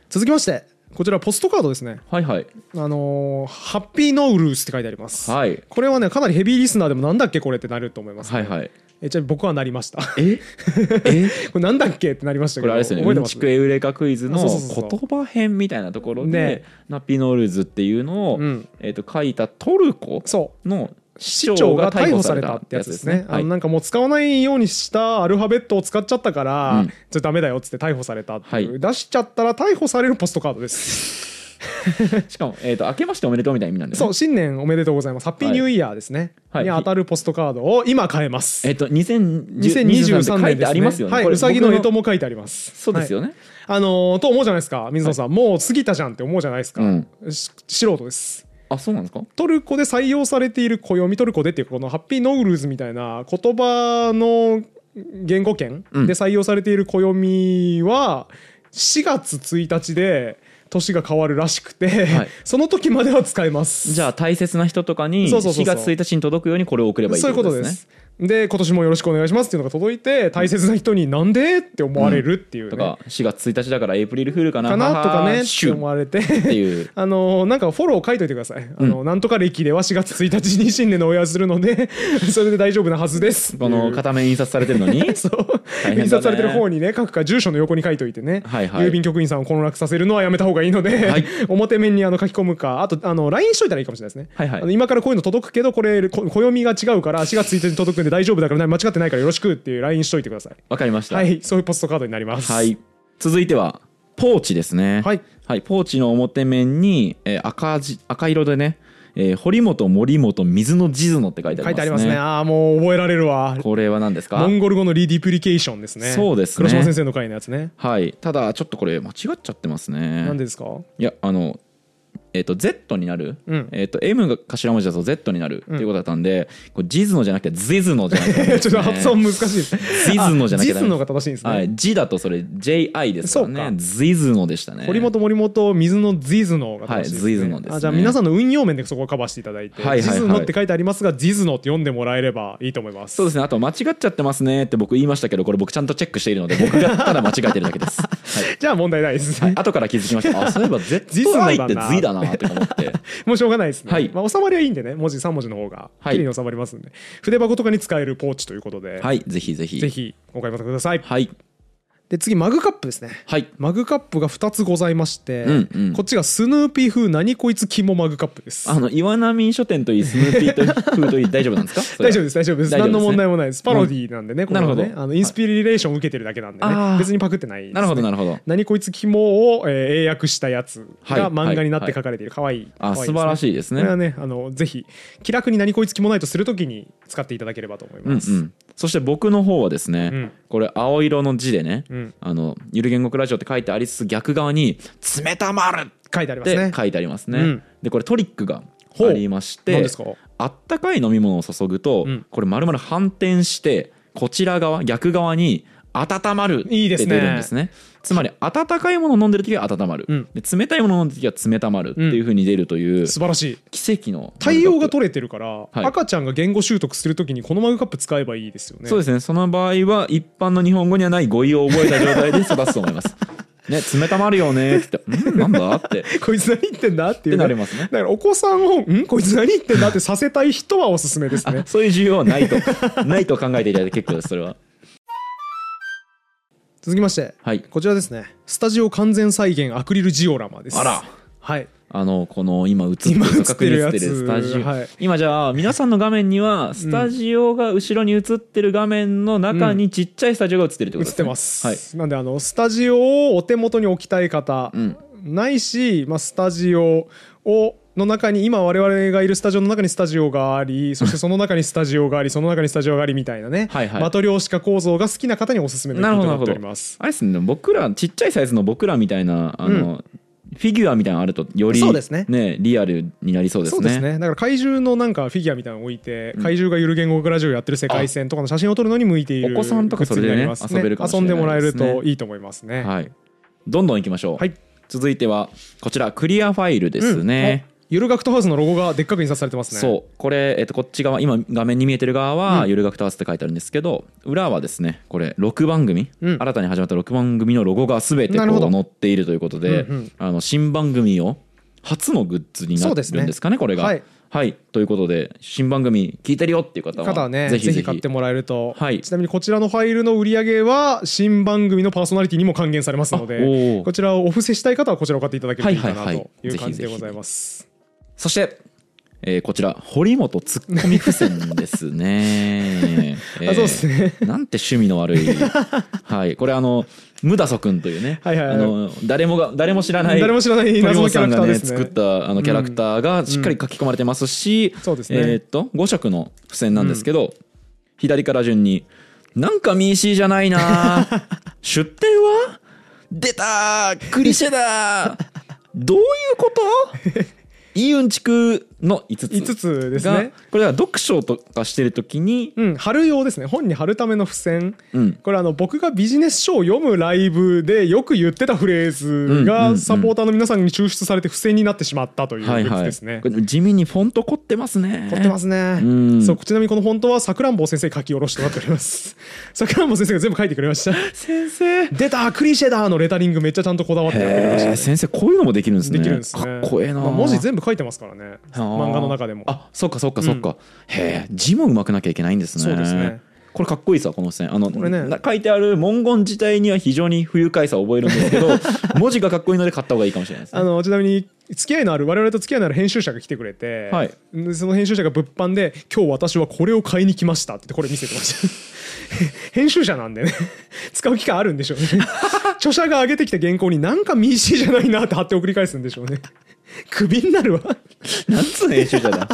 S1: 続きましてこちらポストカードですね。
S2: はいはい。
S1: あのーハッピーノウルースって書いてあります。
S2: はい
S1: これはねかなりヘビーリスナーでもなんだっけこれってなると思います、ね。
S2: はいはい。
S1: えちなみに僕はなりました。 こ
S2: ええ
S1: れなんだっけってなりました
S2: こ
S1: け
S2: れ
S1: ど。
S2: あれですよね、
S1: 覚えて
S2: うん
S1: ます
S2: ちくエウレカクイズの
S1: そう
S2: 言
S1: そうそうそう
S2: 葉編みたいなところ
S1: ね
S2: で、ナピノルズっていうのを
S1: うん、
S2: えっと、書いたトルコ
S1: そう。
S2: の
S1: 市長が逮捕されたってやつですね。あ
S2: はい
S1: のなんかもう使わないようにしたアルファベットを使っちゃったから、
S2: うん
S1: ちょっとダメだよっつって逮捕されたっていう、
S2: はい
S1: 出しちゃったら逮捕されるポストカードです。
S2: しかも、えっと、明けましておめでとうみたいな意味なんで、ね。
S1: そう新年おめでとうございます。ハッピーニューイヤーですね。
S2: はい
S1: に当たるポストカードを今買えます。
S2: えっと、2023
S1: 2023
S2: って書
S1: 年
S2: いて
S1: で
S2: あ
S1: す
S2: ります
S1: ね。
S2: よね。
S1: はい、
S2: これ
S1: うさぎの干支
S2: 僕
S1: も書いてあります。
S2: そうですよね。
S1: はい。あのーと思うじゃないですか、水野さん、もう過ぎたじゃんって思うじゃないですか。
S2: うん
S1: し素人です。
S2: あ、そうなんですか
S1: トルコで採用されている暦トルコでっていうこのハッピーノウルーズみたいな言葉の言語圏で
S2: うん
S1: 採用されている暦は4月1日で年が変わるらしくて、
S2: はい
S1: その時までは使えます。
S2: じゃあ大切な人とかに
S1: そうそうそうそう
S2: 4月1日に届くようにこれを送ればいい
S1: そういうこと
S2: ね
S1: です。で今年もよろしくお願いしますっていうのが届いて大切な人になんでって思われるっていう、ね
S2: とか4月1日だからエイプリルフールかな
S1: かなとかねっ
S2: シ
S1: て
S2: ュ
S1: 思
S2: ッっ
S1: われて
S2: ていう
S1: あのなんかフォロー書いといてください。あのなんとか歴では4月1日に新年のお祝いするので それで大丈夫なはずです。
S2: この片面印刷されてるのに
S1: そう、
S2: 大変だね
S1: 印刷されてる方にね書くか住所の横に書いといてね、
S2: はいはい
S1: 郵便局員さんを混乱させるのはやめた方がいいので、
S2: はい
S1: 表面にあの書き込むかあとあの LINE しといたらいいかもしれないですね、
S2: はいはい
S1: あの今からこういうの届くけどこれこ暦が違うから4月1日に届くんで大丈夫だから間違ってないからよろしくっていう LINE しといてください
S2: わかりました、
S1: はいそういうポストカードになります
S2: はい続いてはポーチですね
S1: はい、
S2: ポーチの表面に、えー赤じ赤色でね、えー堀本森本水の地図のって書いてあ
S1: 書い
S2: ります
S1: て
S2: ね
S1: ありますねああもう覚えられるわ
S2: これは何です
S1: モ
S2: か
S1: ンゴル語のリディプリケーションですね
S2: そうですね
S1: 黒島先生の回のやつね
S2: はいただちょっとこれ間違っちゃってますね
S1: なんでですか
S2: いやあのえっと Z になる、
S1: うん
S2: えっと M が頭文字だと Z になるっていうことだったんで、これジズノじゃなくてジズノじゃなく て、
S1: ちょっと発音難しいです。
S2: ジズノじゃなきゃ
S1: あジ
S2: ダメ
S1: ズノが正しいんですね。
S2: はい、ジだとそれ JI ですから
S1: そう
S2: ね
S1: か
S2: ジズノでしたね
S1: 堀本森本水のジズノが正しいです、ね
S2: はいズイズノですね
S1: あじゃあ皆さんの運用面でそこをカバーしていただいて、
S2: はいはいはい
S1: ジズノって書いてありますがジズノって読んでもらえればいいと思います
S2: そうですねあと間違っちゃってますねって僕言いましたけどこれ僕ちゃんとチェックしているので僕がただ間違えてるだ けです、はい
S1: じゃあ問題ないですね、
S2: はい、後から気づきましたあそういえば
S1: ズ
S2: ZI
S1: だ
S2: って
S1: な
S2: Z だなって 思って
S1: もうしょうがないですね、
S2: はい
S1: まあ、収まりはいいんでね文字3文字の方が
S2: はい
S1: きれいに収まりますんで、筆箱とかに使えるポーチということで、
S2: はいぜひぜひ
S1: ぜひお買い求めください、
S2: はい
S1: で次マグカップですね
S2: はい
S1: マグカップが2つございまして、
S2: うんうん
S1: こっちがスヌーピー風何こいつ肝マグカップです
S2: あの岩波書店といいスヌーピーといい風といい大丈夫なんですかそれ
S1: 大丈夫です大丈夫です
S2: 大丈夫
S1: 何
S2: ですね
S1: の問題もないですパロディーなんでね、これは
S2: なる
S1: ね
S2: ほど
S1: あのインスピレーションを受けてるだけなんでね、
S2: あー
S1: 別にパクってないです、ね、
S2: なるほどなるほど
S1: 何こいつ肝を、えー英訳したやつ
S2: はい
S1: が漫画になって書かれている、可愛い可愛
S2: あ
S1: いです
S2: 素
S1: ね
S2: 晴らしいです
S1: こ
S2: ね
S1: れはねあのぜひ気楽に何こいつ肝ないとするときに使っていただければと思い
S2: うんう
S1: ます、
S2: んそして僕の方はですね、
S1: ん
S2: これ青色の字でね、
S1: ん
S2: あのゆる言語クラジオって書いてありつつ逆側に「冷たまる!」
S1: 書いてあり
S2: っ
S1: ます
S2: て
S1: ね
S2: 書いてありますね。
S1: うん
S2: でこれトリックが
S1: ほう
S2: ありまして
S1: 何ですか
S2: あったかい飲み物を注ぐと、
S1: うん
S2: これ丸々反転してこちら側逆側に温まるって
S1: いい
S2: 出
S1: です
S2: るん
S1: ね
S2: ですねつまり温かいものを飲んでる時は温まる、
S1: うん
S2: で冷たいものを飲んでる時は冷たまるっていうふうに出るという
S1: 素晴らしい
S2: 奇跡の
S1: 対応が
S2: れ
S1: 取れてるから、
S2: い
S1: 赤ちゃんが言語習得するときにこのマグカップ使えばいいですよね
S2: そうですねその場合は一般の日本語にはない語彙を覚えた状態で育つと思 います。ね、冷たまるよねって言って「うんなんだ?」って
S1: こ いつ何言ってんだっていう、
S2: ってなりますね
S1: だからお子さんを「んこいつ何言ってんだ?」ってさせたい人はおすすめですね
S2: あそういう需要はないとないと考えていただいて結構ですそれは
S1: 続きまして、
S2: はい
S1: こちらですねスタジオ完全再現アクリルジオラマです
S2: あら
S1: はい
S2: あのこの今映ってる
S1: 今映
S2: 画
S1: って
S2: 角
S1: る
S2: に
S1: や
S2: 映っ
S1: つ
S2: てるスタジオ、
S1: はい
S2: 今じゃあ皆さんの画面にはスタジオが後ろに映ってる画面の中にちっちゃいスタジオが映ってるって
S1: 映
S2: こと
S1: っ
S2: です、
S1: て
S2: ね、
S1: ます、
S2: はい
S1: なんであのスタジオをお手元に置きたい方、
S2: ん
S1: ないし、まあ、スタジオをの中に今我々がいるスタジオの中にスタジオがありそしてその中にスタジオがあ りその中にスタジオがありみたいなね
S2: はいはい
S1: マトリョーシカ構造が好きな方におすすめの
S2: な
S1: 一
S2: る
S1: 品
S2: ほど
S1: となってお
S2: なるほど
S1: ります
S2: あれですね僕らちっちゃいサイズの僕らみたいなあの、フィギュアみたいなのあるとより
S1: そうですね
S2: リアルになりそうです
S1: そう
S2: ね
S1: ですねだから怪獣のなんかフィギュアみたいなの置いて怪獣がゆる言語学ラジオやってる世界線とかの写真を撮るのに向いている
S2: お子さんとかそれでね
S1: グッズになります
S2: 遊べるかもしれ
S1: 遊ん
S2: ない
S1: でもらえる
S2: です
S1: と
S2: ね
S1: いいと思いますね、
S2: はいどんどんいきましょう、
S1: はい
S2: 続いてはこちらクリアファイルですね、
S1: うんおゆるガクトハウスのロゴがでっかく印刷されてますね
S2: そうこれ、えっと、こっち側今画面に見えてる側は「ゆるがくと合わせ」って書いてあるんですけど、裏はですねこれ6番組、
S1: うん
S2: 新たに始まった6番組のロゴが全てこ
S1: なるほど
S2: う載っているということで、
S1: うんうん
S2: あの新番組を初のグッズにな
S1: そ
S2: る
S1: うですね
S2: んですかねこれが。
S1: はい、
S2: ということで新番組聞いてるよっていう方は
S1: 方はね
S2: ぜ
S1: ぜ
S2: ひぜ
S1: ひ
S2: ひ
S1: 買ってもらえると、
S2: はい
S1: ちなみにこちらのファイルの売り上げは新番組のパーソナリティにも還元されますの
S2: あお
S1: で
S2: ー
S1: こちらをお布施したい方はこちらを買っていただけるといいか
S2: は
S1: ない
S2: はいはい
S1: という
S2: ぜひ
S1: 感じ
S2: ぜ
S1: で
S2: ひ
S1: ございます。
S2: そして、えーこちら堀本ツッコミ付箋ですね、え ー
S1: あそうですね
S2: なんて趣味の 悪いはいこれあのムダソ君というね
S1: はいはいはい
S2: あの誰もが誰も知らない
S1: 誰も知らない
S2: 堀
S1: 謎の
S2: 本
S1: キャ
S2: さ
S1: ラ
S2: ん
S1: ク
S2: が
S1: ター
S2: ね
S1: ですね。
S2: 作ったあのキャラクターがしっかり書き込まれてますし、
S1: そうですね
S2: えーっと5色の付箋なんですけど、左から順に「なんかミーシーじゃないな 出店は出たークリシェだー どういうことイウンチクの5つ
S1: 5つです
S2: が
S1: ね。
S2: これは読書とかしてる時に、
S1: うん、貼る用ですね本に貼るための付箋、
S2: うん
S1: これあの僕がビジネス書を読むライブでよく言ってたフレーズ
S2: うんうんう
S1: が
S2: ん
S1: サポーターの皆さんに抽出されて付箋になってしまったというグ
S2: はい
S1: ッズ
S2: は
S1: で
S2: い
S1: すね
S2: こ。れ地味にフォント凝ってますね
S1: 凝ってますね、
S2: うん
S1: そうちなみにこの本当はさくらんぼ先生書き下ろしとなっております さくらんぼ先生が全部書いてくれました
S2: 先生
S1: 出たクリシェだのレタリングめっちゃちゃんとこだわってやってくれました
S2: へー
S1: ね
S2: 先生こういうのもできるんですね
S1: できるんですね
S2: かっこええな、
S1: まあ文字全部書いてますからね
S2: あー
S1: 漫画の中でも
S2: あそっかそっかそっか、へえ字もうまくなきゃいけないんですね
S1: そうですね
S2: これかっこいいさこの線あの、
S1: れね
S2: な書いてある文言自体には非常に不愉快さを覚えるんです けど文字がかっこいいので買った方がいいかもしれないです
S1: あ
S2: ね
S1: のちなみに付き合いのある我々と付き合いのある編集者が来てくれて、
S2: はい
S1: でその編集者が物販で「今日私はこれを買いに来ました」ってこれ見せてました 編集者なんでね使う機会あるんでしょうね 著者が上げてきた原稿になんかミーシーじゃないなって貼って送り返すんでしょうね クビになるわ
S2: なんつうの編集者だ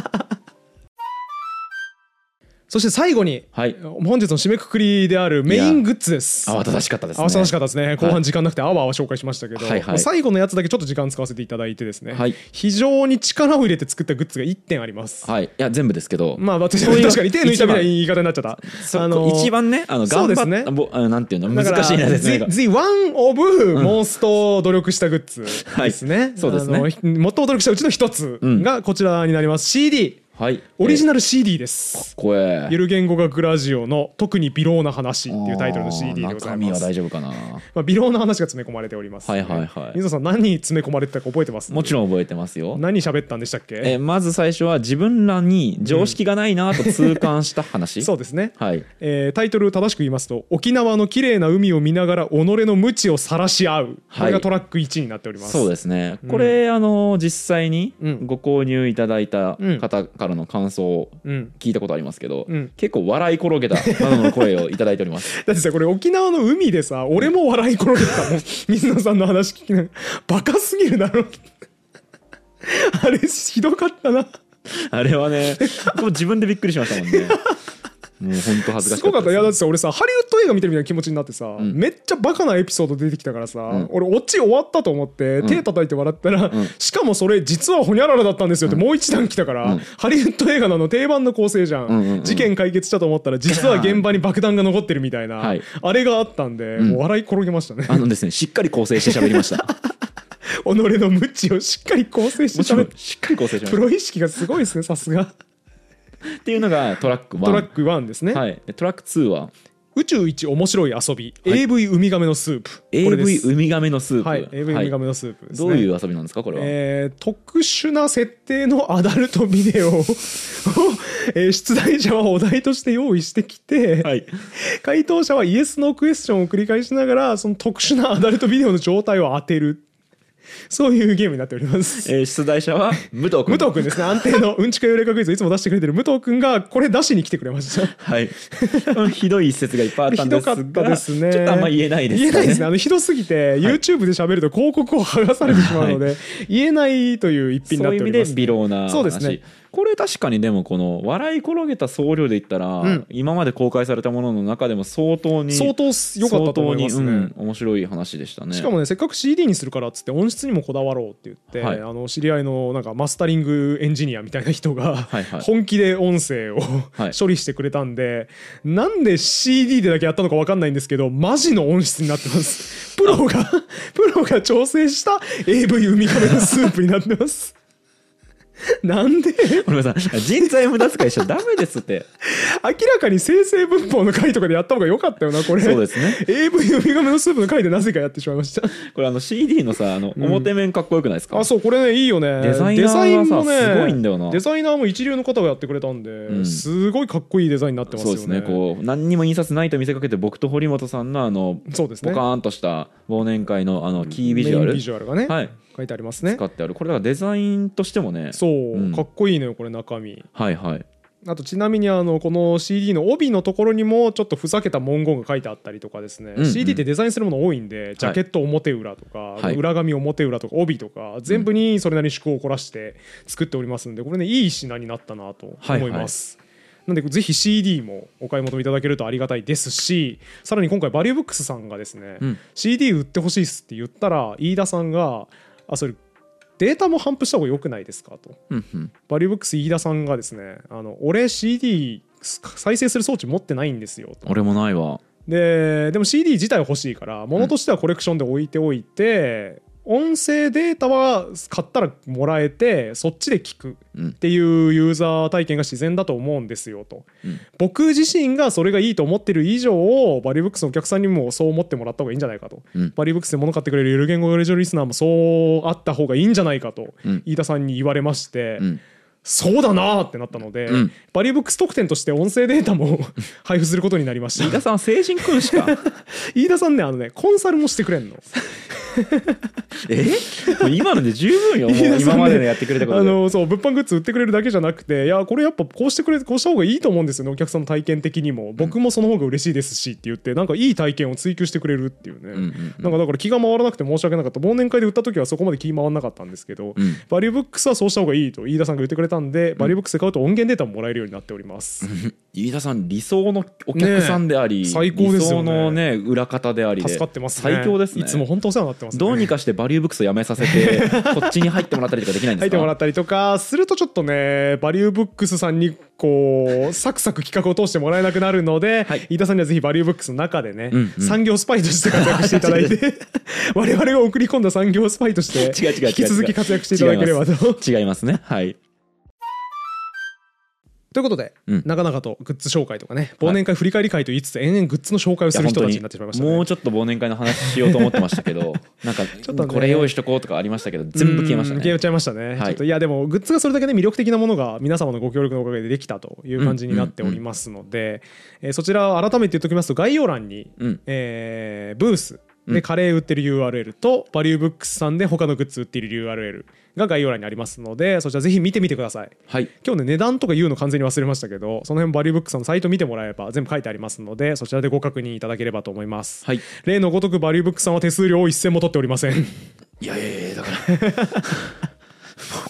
S1: そして最後に、
S2: はい
S1: 本日の締めくくりであるメイングッズです
S2: 慌ただしかったですね
S1: 慌ただしかったですね後
S2: は
S1: 半
S2: い
S1: 時間なくてアワーを紹介しましたけど、
S2: はいはい
S1: 最後のやつだけちょっと時間使わせていただいてですね、
S2: はい
S1: 非常に力を入れて作ったグッズが1点あります、
S2: はいいや全部ですけど
S1: まあ私
S2: そういう
S1: 確かに手抜いたみたいな言い方になっちゃった
S2: そこ一番ねあの
S1: そう
S2: 頑
S1: で
S2: 張
S1: す
S2: っ
S1: ね
S2: たぼあなんていうの
S1: だから
S2: 難しいな説明が
S1: The, the one of most 努力したグッズですね、
S2: はい そうですね
S1: あのひ最も努力したうちの一つがこちらになります、CD
S2: はい
S1: オリジ
S2: ナ
S1: ナル CD です、
S2: ル声
S1: ゆる言語学ラジオの特に微妙な話っていうタイトルの CD でござ
S2: 中
S1: い
S2: 身
S1: ま
S2: は
S1: す
S2: 大丈夫かな
S1: まあ、微妙な話が詰め込まれております。
S2: はいはいはい
S1: 水野さん、何詰め込まれてたか覚えてます
S2: もちろん覚えてますよ
S1: 何喋ったんでしたっ
S2: え
S1: け
S2: まず最初は自分らに常識がないなと痛感した話
S1: そうですね。
S2: はい
S1: えータイトルを正しく言いますと沖縄の綺麗な海を見ながら己の無知を晒し合うこれがトラック1になっております、
S2: そう
S1: で
S2: ですねこれ、あの実際に
S1: うん
S2: ご購入いただいた
S1: うん
S2: 方からの感想を
S1: す、うん、
S2: 聞いたことありますけど、
S1: うん
S2: 結構笑い転げたなどの声をいただいております
S1: だってさこれ沖縄の海でさ俺も笑い転げて たもん水野さんの話聞きながらバカすぎるだろあれひどかったな
S2: あれはね僕も自分でびっくりしま したもんねもう本当恥ずか
S1: す
S2: し
S1: ご
S2: かった
S1: かったいやだ
S2: で
S1: ってさ俺さハリウッド映画見てるみたいな気持ちになってさ、
S2: ん
S1: めっちゃバカなエピソード出てきたからさ、
S2: ん
S1: 俺オチ終わったと思って、手叩いて笑ったら、
S2: ん
S1: しかもそれ実はホニャララだったんですよってもう一段来たから、
S2: うん
S1: ハリウッド映画のあの定番の構成じゃん,、
S2: うんうんうん
S1: 事件解決したと思ったら実は現場に爆弾が残ってるみたいな、
S2: はい
S1: あれがあったんで、もう笑い転げましたね
S2: あのですねしっかり構成して喋りました
S1: 己の無知をしっかり構成して
S2: もちろん
S1: 喋
S2: しっかり構成しまし
S1: プロ意識がすごいですねさすが
S2: たっていうのがトラック1
S1: トラック1ですね、
S2: はい、でトラック2は
S1: 宇宙一面白い遊び、AV ウミガメのスープこれで
S2: AV
S1: す
S2: ウミガメのスープ、
S1: はい、AV ウミガメのスープです、
S2: ど
S1: ね
S2: ういう遊びなんですかこれは、
S1: えー特殊な設定のアダルトビデオを を、えー出題者はお題として用意してきて、
S2: はい
S1: 回答者はイエス・ノークエスチョンを繰り返しながらその特殊なアダルトビデオの状態を当てるそういうゲームになっております。
S2: えー出題者は 武藤
S1: 武
S2: 君
S1: 藤君ですね安定のうんちく幽霊化クイズいつも出してくれてる武藤君がこれ出しに来てくれました。
S2: はい、ひどい一節がいっぱいあったん
S1: ひ
S2: で
S1: ど
S2: すが
S1: かったですね。
S2: ちょっとあんま言えないです
S1: 言え
S2: ね
S1: ないですね。あのひどすぎて、YouTube で喋ると広告を剥がされてしまうので、言えないという一品に
S2: そ
S1: なっ
S2: うい
S1: て
S2: う
S1: お
S2: 意味
S1: りま。
S2: です微妙な話
S1: そうですね
S2: これ確かにでもこの笑い転げた総量で言ったら、
S1: ん
S2: 今まで公開されたものの中でも相当に
S1: 相当良かったと思いますね。
S2: 相当にうん、面白い話でしたね
S1: しかもねせっかく CD にするからっつって音質にもこだわろうって言って、
S2: はい
S1: あの知り合いのなんかマスタリングエンジニアみたいな人が、
S2: はいはい
S1: 本気で音声を、
S2: はい
S1: 処理してくれたんでなんで CD でだけやったのか分かんないんですけどマジの音質になって ますプロがプロが調整した AV ウミガメのスープになってますなんで
S2: ごめんなさい人材無駄遣いしちゃダメですって
S1: 明らかに生成文法の回とかでやった方が良かったよなこれ
S2: そうですね
S1: AV ウミガメのスープの回でなぜかやってしまいました
S2: これあの CD のさあの表面かっこよくないですか、
S1: あそうこれねいいよね
S2: デザイナーがさ
S1: デザインもね
S2: すごいんだよな
S1: デザイナーも一流の方がやってくれたんで、
S2: ん
S1: すごいかっこいいデザインになってます
S2: そ
S1: よ
S2: う
S1: ね
S2: ですねこう何にも印刷ないと見せかけて僕と堀本さんのあの
S1: そうです
S2: ポ
S1: ね
S2: カーンとした忘年会のあのキービジュア
S1: メイン
S2: ル
S1: ビジュアルがね、
S2: はい
S1: 書いてありますね
S2: 使ってあるこれだからデザインとしてもね
S1: そう、
S2: うん
S1: かっこいいのよこれ中身
S2: はいはい
S1: あとちなみにあのこの CD の帯のところにもちょっとふざけた文言が書いてあったりとかですね、
S2: うんうん
S1: CD ってデザインするもの多いんでジャケット表裏とか、
S2: はい
S1: 裏紙表裏とか帯とか全部にそれなりに趣向を凝らして作っておりますんでこれねいい品になったなと思います。なんでぜひ CD もお買い求めいただけるとありがたいですしさらに今回バリューブックスさんがですね、
S2: うん
S1: CD 売ってほしいっすって言ったら飯田さんが「あそれデータも反布した方が良くないですか?」と
S2: うんうん
S1: バリューブックス飯田さんがですね「あの俺 CD 再生する装置持ってないんですよ」と。
S2: 俺もないわ
S1: ででも CD 自体は欲しいから物としてはコレクションで置いておいて、音声データは買ったらもらえてそっちで聞く
S2: うん
S1: っていうユーザー体験が自然だと思うんですよと、
S2: うん
S1: 僕自身がそれがいいと思ってる以上バリューブックスのお客さんにもそう思ってもらった方がいいんじゃないかと、
S2: うん
S1: バリューブックスで物買ってくれるゆる言語レジオリスナーもそうあった方がいいんじゃないかと、
S2: うん
S1: 飯田さんに言われまして、
S2: うん
S1: そうだなーってなったので、
S2: うん
S1: バリューブックス特典として音声データも 配布することになりました
S2: 飯田さんは成人君しか
S1: 飯田さんねあのねコンサルもしてくれんの
S2: えもう今ので十分よも
S1: いや
S2: う
S1: そんな
S2: 今までのやってくれたこ
S1: あ
S2: とで
S1: のそう物販グッズ売ってくれるだけじゃなくていやこれやっぱこうしてくれこうした方がいいと思うんですよねお客さんの体験的にも僕もその方が嬉しいですしって言ってなんかいい体験を追求してくれるっていうね、
S2: うんうんうん
S1: なんかだから気が回らなくて申し訳なかった忘年会で売った時はそこまで気回らなかったんですけど、
S2: うん
S1: バリューブックスはそうした方がいいと飯田さんが言ってくれたんで、バリューブックスで買うと音源データももらえるようになっております、
S2: 飯田さん理想のお客さんであ
S1: ね
S2: り、
S1: え最高ですよね
S2: 理想のね裏方でありで
S1: 助かってます、ね、
S2: 最強ですね
S1: いつも本当お世話になってます、ね、
S2: どうにかしてバリューブックスをやめさせ てこっちに入ってもらったりとかできないんで
S1: 書い
S2: す
S1: て
S2: か
S1: もらったりとかするとちょっとねバリューブックスさんにこうサクサク企画を通してもらえなくなるので、
S2: はい
S1: 飯田さんにはぜひバリューブックスの中でね、
S2: うんうん
S1: 産業スパイとして活躍していただ いて我々が送り込んだ産業スパイとして
S2: 違う違う違う違う
S1: 引き続き活躍していただければと。
S2: 違いますねはい
S1: ということで、
S2: うん
S1: なかなかとグッズ紹介とかね忘年会振り返り会と言いつつ延々グッズの紹介をする人たちになってしまいましたね。
S2: もうちょっと忘年会の話しようと思ってました けどなんか
S1: ょっとね
S2: これ用意しとこうとかありましたけど全部消えました
S1: うん消
S2: ね
S1: えちゃいましたね。
S2: はい
S1: ちょっといやでもグッズがそれだけね魅力的なものが皆様のご協力のおかげでできたという感じになっておりますので、えーそちらを改めて言っておきますと概要欄に、
S2: うん
S1: えーブースでカレー売ってる URL と、バリューブックスさんで他のグッズ売ってる URL が概要欄にありますのでそちらぜひ見てみてください。
S2: はい
S1: 今日ね値段とか言うの完全に忘れましたけどその辺バリューブックさんのサイト見てもらえば全部書いてありますのでそちらでご確認いただければと思います、
S2: はい
S1: 例のごとくバリューブックさんは手数料を一銭も取っておりません
S2: いやいやいやだからもう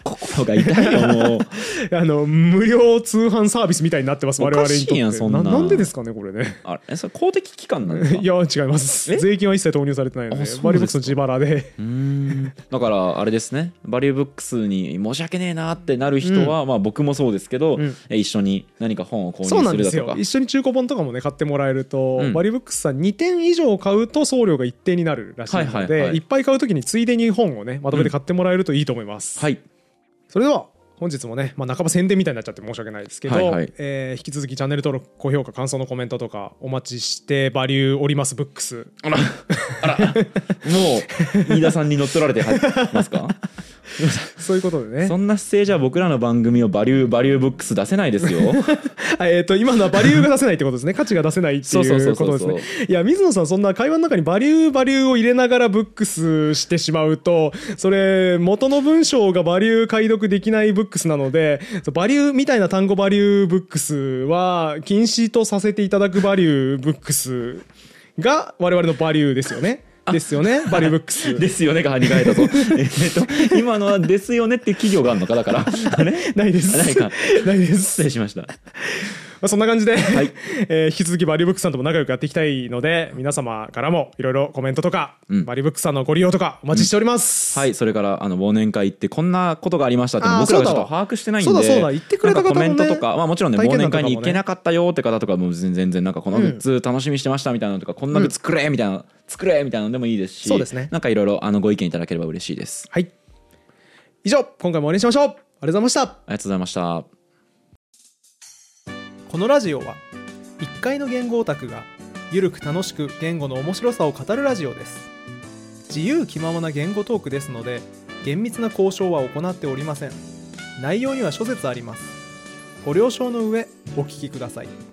S2: 心が痛いよもう
S1: あの無料通販サービスみたいになってます
S2: お
S1: 我々
S2: か
S1: にとっ
S2: していやんそんな
S1: なんでですかねこれね
S2: あれえそれ公的機関なんです か
S1: いや違います
S2: え
S1: 税金は一切投入されてないので
S2: あそうですか
S1: バリューブックスの自腹で
S2: うーんだからあれですねバリューブックスに申し訳ねえなってなる人は、まあ僕もそうですけど、
S1: うん
S2: え一緒に何か本を購入
S1: そうなんで
S2: するだ
S1: す
S2: と
S1: よ
S2: か
S1: 一緒に中古本とかもね買ってもらえると、
S2: うん
S1: バリューブックスさん2点以上買うと送料が一定になるらしいので、
S2: はいいはいはい
S1: っぱい買う時についでに本をねまとめて買ってもらえるといいと思います、
S2: はい
S1: それでは本日もね、まあ、半ば宣伝みたいになっちゃって申し訳ないですけど、
S2: はいはい
S1: えー引き続きチャンネル登録高評価感想のコメントとかお待ちしてバリューおりますブック ス
S2: あらあらもう飯田さんに乗っ取られてま すか
S1: そういうことでね
S2: そんな姿勢じゃ僕らの番組をバリューバリューブックス出せないですよ
S1: あえっ、と今のはバリューが出せないってことですね価値が出せないって
S2: そうそう
S1: い
S2: そうう
S1: こ
S2: そ
S1: と
S2: う
S1: で
S2: そ
S1: す
S2: う
S1: ねいや水野さんそんな会話の中にバリューバリューを入れながらブックスしてしまうとそれ元の文章がバリュー解読できないブックスなのでそうバリューみたいな単語バリューブックスは禁止とさせていただくバリューブックスが我々のバリューですよねですよねバリューブックス
S2: ですよねが跳ね返 ったとえっと今のはですよねっていう企業があるのかだ からあれ
S1: ないです
S2: ないか
S1: ないです
S2: 失礼しました
S1: まあ、そんな感じで、
S2: い
S1: えー引き続きバリューブックさんとも仲良くやっていきたいので皆様からもいろいろコメントとか、
S2: うん
S1: バリューブックさんのご利用とかお待ちしております、
S2: はいそれからあの忘年会行ってこんなことがありましたって
S1: あー
S2: 僕らがちょ
S1: そ
S2: っ
S1: うだ
S2: と
S1: わ
S2: 把握してないん
S1: そ
S2: で
S1: うだそうだ言ってくれた方もね
S2: なんかコメントとか、まあ、もちろんね
S1: 体
S2: 忘
S1: 験談と
S2: 年
S1: か
S2: 会
S1: もね
S2: に行けなかったよって方とかも全然なんかこのグッズ楽しみにしてましたみたいなのとか、こんなグッズ作れみたいな作れみたいなのでもいいですし
S1: そうですね
S2: なんかいろいろあのご意見いただければ嬉しいです
S1: はい、以上今回も終わりにしましょうありがとうございました
S2: ありがとうございました
S1: このラジオは1階の言語オタクがゆるく楽しく言語の面白さを語るラジオです自由気ままな言語トークですので厳密な交渉は行っておりません内容には諸説ありますご了承の上お聞きください